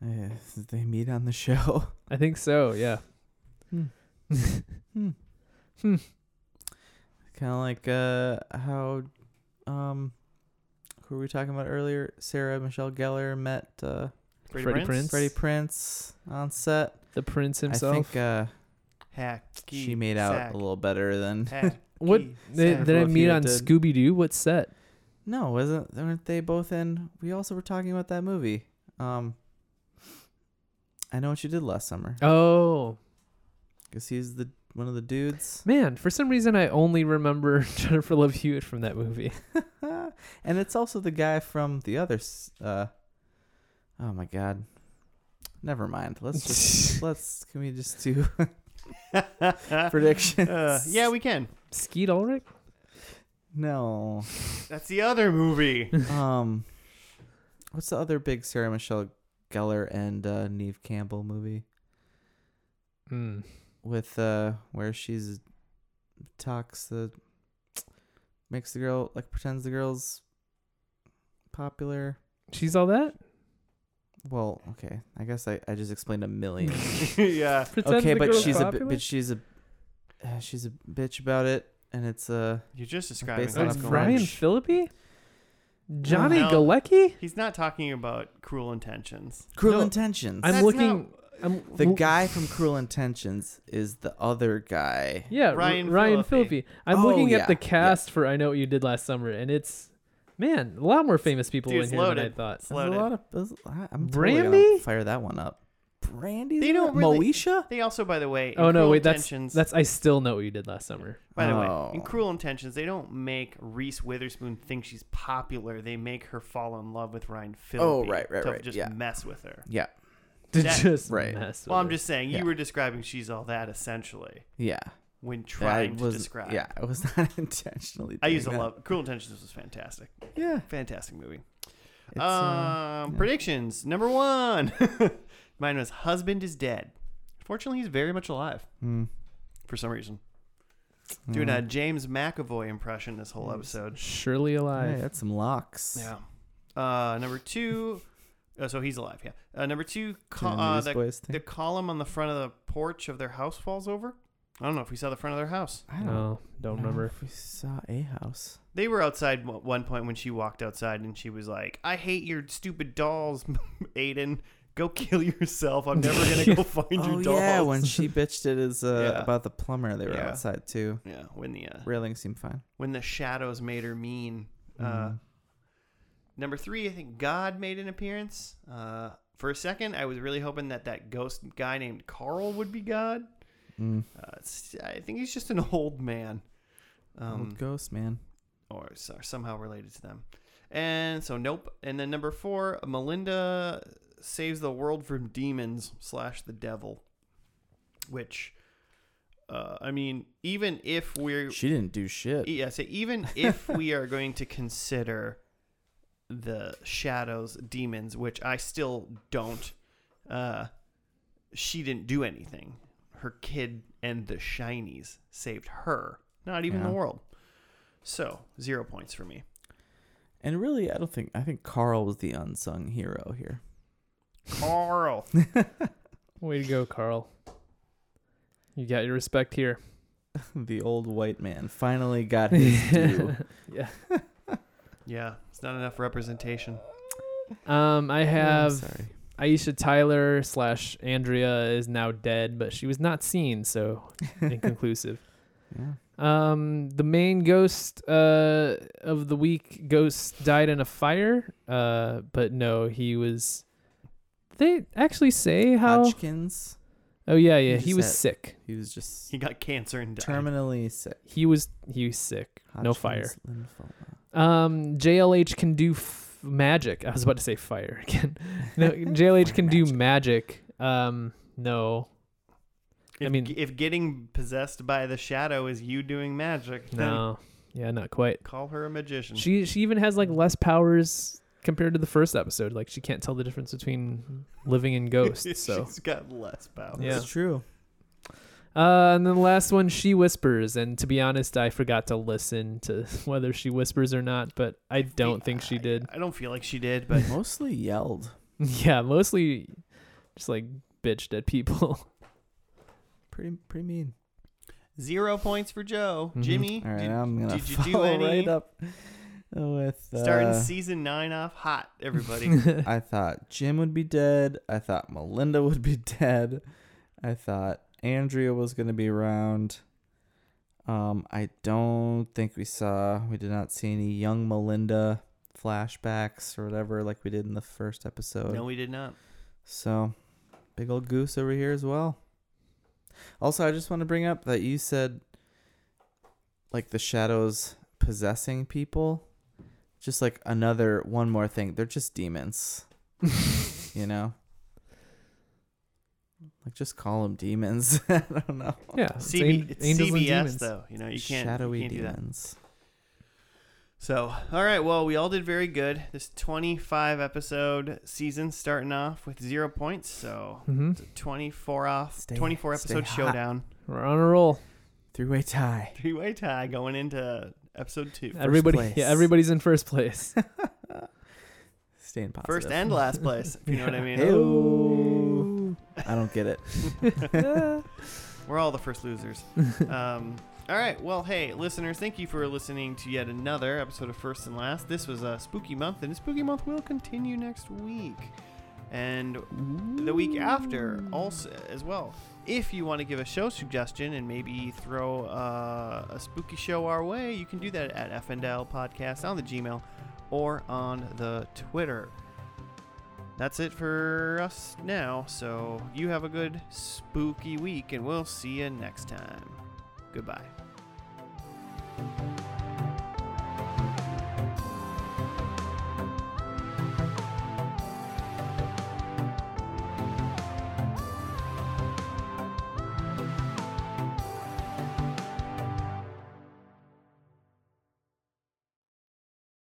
Yeah, Eh, they meet on the show.
I think so. Yeah.
kind of like uh how um who were we talking about earlier sarah michelle gellar met uh
Freddie,
Freddie
Prinze?
Prinze?
freddie prince on set
The prince
i
himself.
think uh
Hacky
she made out
sack, Eh.
a little better than
hacky
What they,
sack.
they didn't
Love
meet
Hewitt
on
did.
Scooby Doo. What set?
no wasn't weren't they both in we also were talking about that movie um i know what you did last summer
Oh
because he's the one of the dudes
man! For some reason, I only remember Jennifer Love Hewitt from that movie.
and it's also the guy from the other s- uh oh my god never mind let's just let's can we just do predictions
Uh, yeah, we can.
Skeet Ulrich.
no
That's the other movie.
um what's the other big sarah michelle gellar and uh neve campbell movie
Hmm.
with uh where she's talks the makes the girl like pretends the girl's popular
She's all that.
well okay i guess i, I just explained a million
yeah.
Pretend
okay
the
but
girl's
she's a bi-
popular?
but she's a uh, she's a bitch about it and it's uh
You're just describing
Based
how
on
it's
It's
a
going.
Ryan
French.
Philippi. Johnny
No.
Galecki.
He's not talking about cruel intentions.
cruel
No,
intentions
I'm
That's
looking. I'm
The
lo-
guy from Cruel Intentions is the other guy.
Yeah, R-
Ryan
Ryan,
Phillippe.
Phillippe. I'm
Oh,
looking
yeah,
at the
yeah.
cast for I Know What You Did Last Summer, and it's man, a lot more famous people
Dude,
in
it's
here than I
loaded.
thought.
There's
Loaded.
a lot of. there's- I- I'm Totally
Brandy?
gonna fire that one up. Brandy.
They don't really-
Moesha.
They also, by the way, in
Oh no,
Cruel
wait, that's
intentions,
that's I still know what you did last summer.
By the
Oh.
way, in Cruel Intentions, they don't make Reese Witherspoon think she's popular. They make her fall in love with Ryan Phillippe.
Oh, right, right,
to
right,
Just
yeah.
mess with her.
Yeah.
To
That-
just
Right.
mess with
Well, I'm
her.
just saying, you
Yeah.
were describing she's all that essentially
Yeah.
when trying
was,
to describe.
Yeah, it was not intentionally.
I
doing
used to
that.
love Cruel Intentions was fantastic,
Yeah.
fantastic movie.
It's,
um,
uh, yeah.
predictions number one, mine was husband is dead. Fortunately, he's very much alive
mm,
for some reason. Doing
mm.
a James McAvoy impression this whole
Yes.
episode.
surely
Hey,
alive.
that's some locks.
Yeah. Uh, number two. uh, so he's alive. Yeah. Uh, number two. Co-
Doing a
uh, the,
Newsboys
the
thing.
column on the front of the porch of their house falls over. I don't know if we saw the front of their house.
I don't
No, don't
know
remember.
if we saw a house.
They were outside at one point when she walked outside and she was like, "I hate your stupid dolls, Aiden. Go kill yourself. I'm never gonna go find
oh
your dolls."
yeah, when she bitched it is uh,
Yeah.
about the plumber. They were
Yeah.
outside too.
Yeah, when the uh,
Railing seemed fine.
when the shadows made her mean. Uh,
Mhm.
Number three, I think God made an appearance. Uh, for a second, I was really hoping that that ghost guy named Carl would be God.
Mm.
Uh, it's- I think he's just an old man. Um,
Old ghost man.
or s- are somehow related to them. And so, nope. And then number four, Melinda saves the world from demons slash the devil, which, uh, I mean, even if we're
She didn't do
Uh,
shit.
E, yeah, so even if we are going to consider the shadows demons, which I still don't, uh, she didn't do anything. Her kid and the shinies saved her, not even the
Yeah.
world. So zero points for me.
And really, I don't think I think Carl was the unsung hero here.
Carl.
Way to go, Carl. You got your respect here.
the old white man finally got his due.
yeah.
yeah, it's not enough representation.
Um, I have
sorry.
Aisha Tyler slash Andrea is now dead, but she was not seen, so inconclusive.
Yeah.
Um, the main ghost uh, of the week ghost died in a fire, uh, but no, he was. They actually say how?
Hodgkins.
Oh yeah, yeah,
He
he
just
was
had-
sick.
He was just
He got cancer and died.
terminally sick.
He was he was sick. No fire.
Hodgkin's lymphoma.
Um, JLH can do f- magic. I was about to say fire again. No, JLH can do magic. Um, no,
If,
I mean-
if getting possessed by the shadow is you doing magic, then
no, yeah, not quite.
call her a magician.
She she even has like less powers compared to the first episode. Like she can't tell the difference between living and ghosts. So
she's got less power.
Yeah.
It's true.
Uh, and then the last one, she whispers. And to be honest, I forgot to listen to whether she whispers or not, but I don't think she
I-
did.
I don't feel like she did, but
Mostly yelled.
yeah, mostly just like bitched at people.
Pretty pretty mean.
zero points for Joe.
Mhm.
Jimmy,
All right,
did-
I'm gonna
did you do
follow
any-
right up with uh,
starting season nine off hot, everybody.
I thought Jim would be dead. I thought Melinda would be dead. I thought Andrea was going to be around. Um, I don't think we saw, we did not see any young Melinda flashbacks or whatever like we did in the first episode.
no, we did not.
So, big old goose over here as well. Also, I just want to bring up that you said, like, the shadows possessing people. Just like another, one more thing. They're just demons, you know? Like, just call them demons. I don't know.
yeah, it's
CB,
an-
it's
angels and
CBS
demons.
though, you know you can't
Shadowy
you can't do that.
demons.
So, all right, well, we all did very good. This 25 episode season starting off with zero points, so
Mhm.
24 off,
Stay-
24
stay
episode
hot.
showdown,
We're on a roll.
Three way tie.
three way tie going into episode two.
First
Everybody,
place.
yeah, everybody's in first place.
Staying positive.
First and last place, if you know what I mean.
Ew. I don't get it.
We're all the first losers. um, all right. Well, hey, listeners, thank you for listening to yet another episode of First and Last. This was a spooky month, and a spooky month will continue next week. And the week after, also as well. If you want to give a show suggestion and maybe throw uh, a spooky show our way, you can do that at FNL Podcast on the Gmail or on the Twitter. That's it for us now, so you have a good spooky week, and we'll see you next time. Goodbye.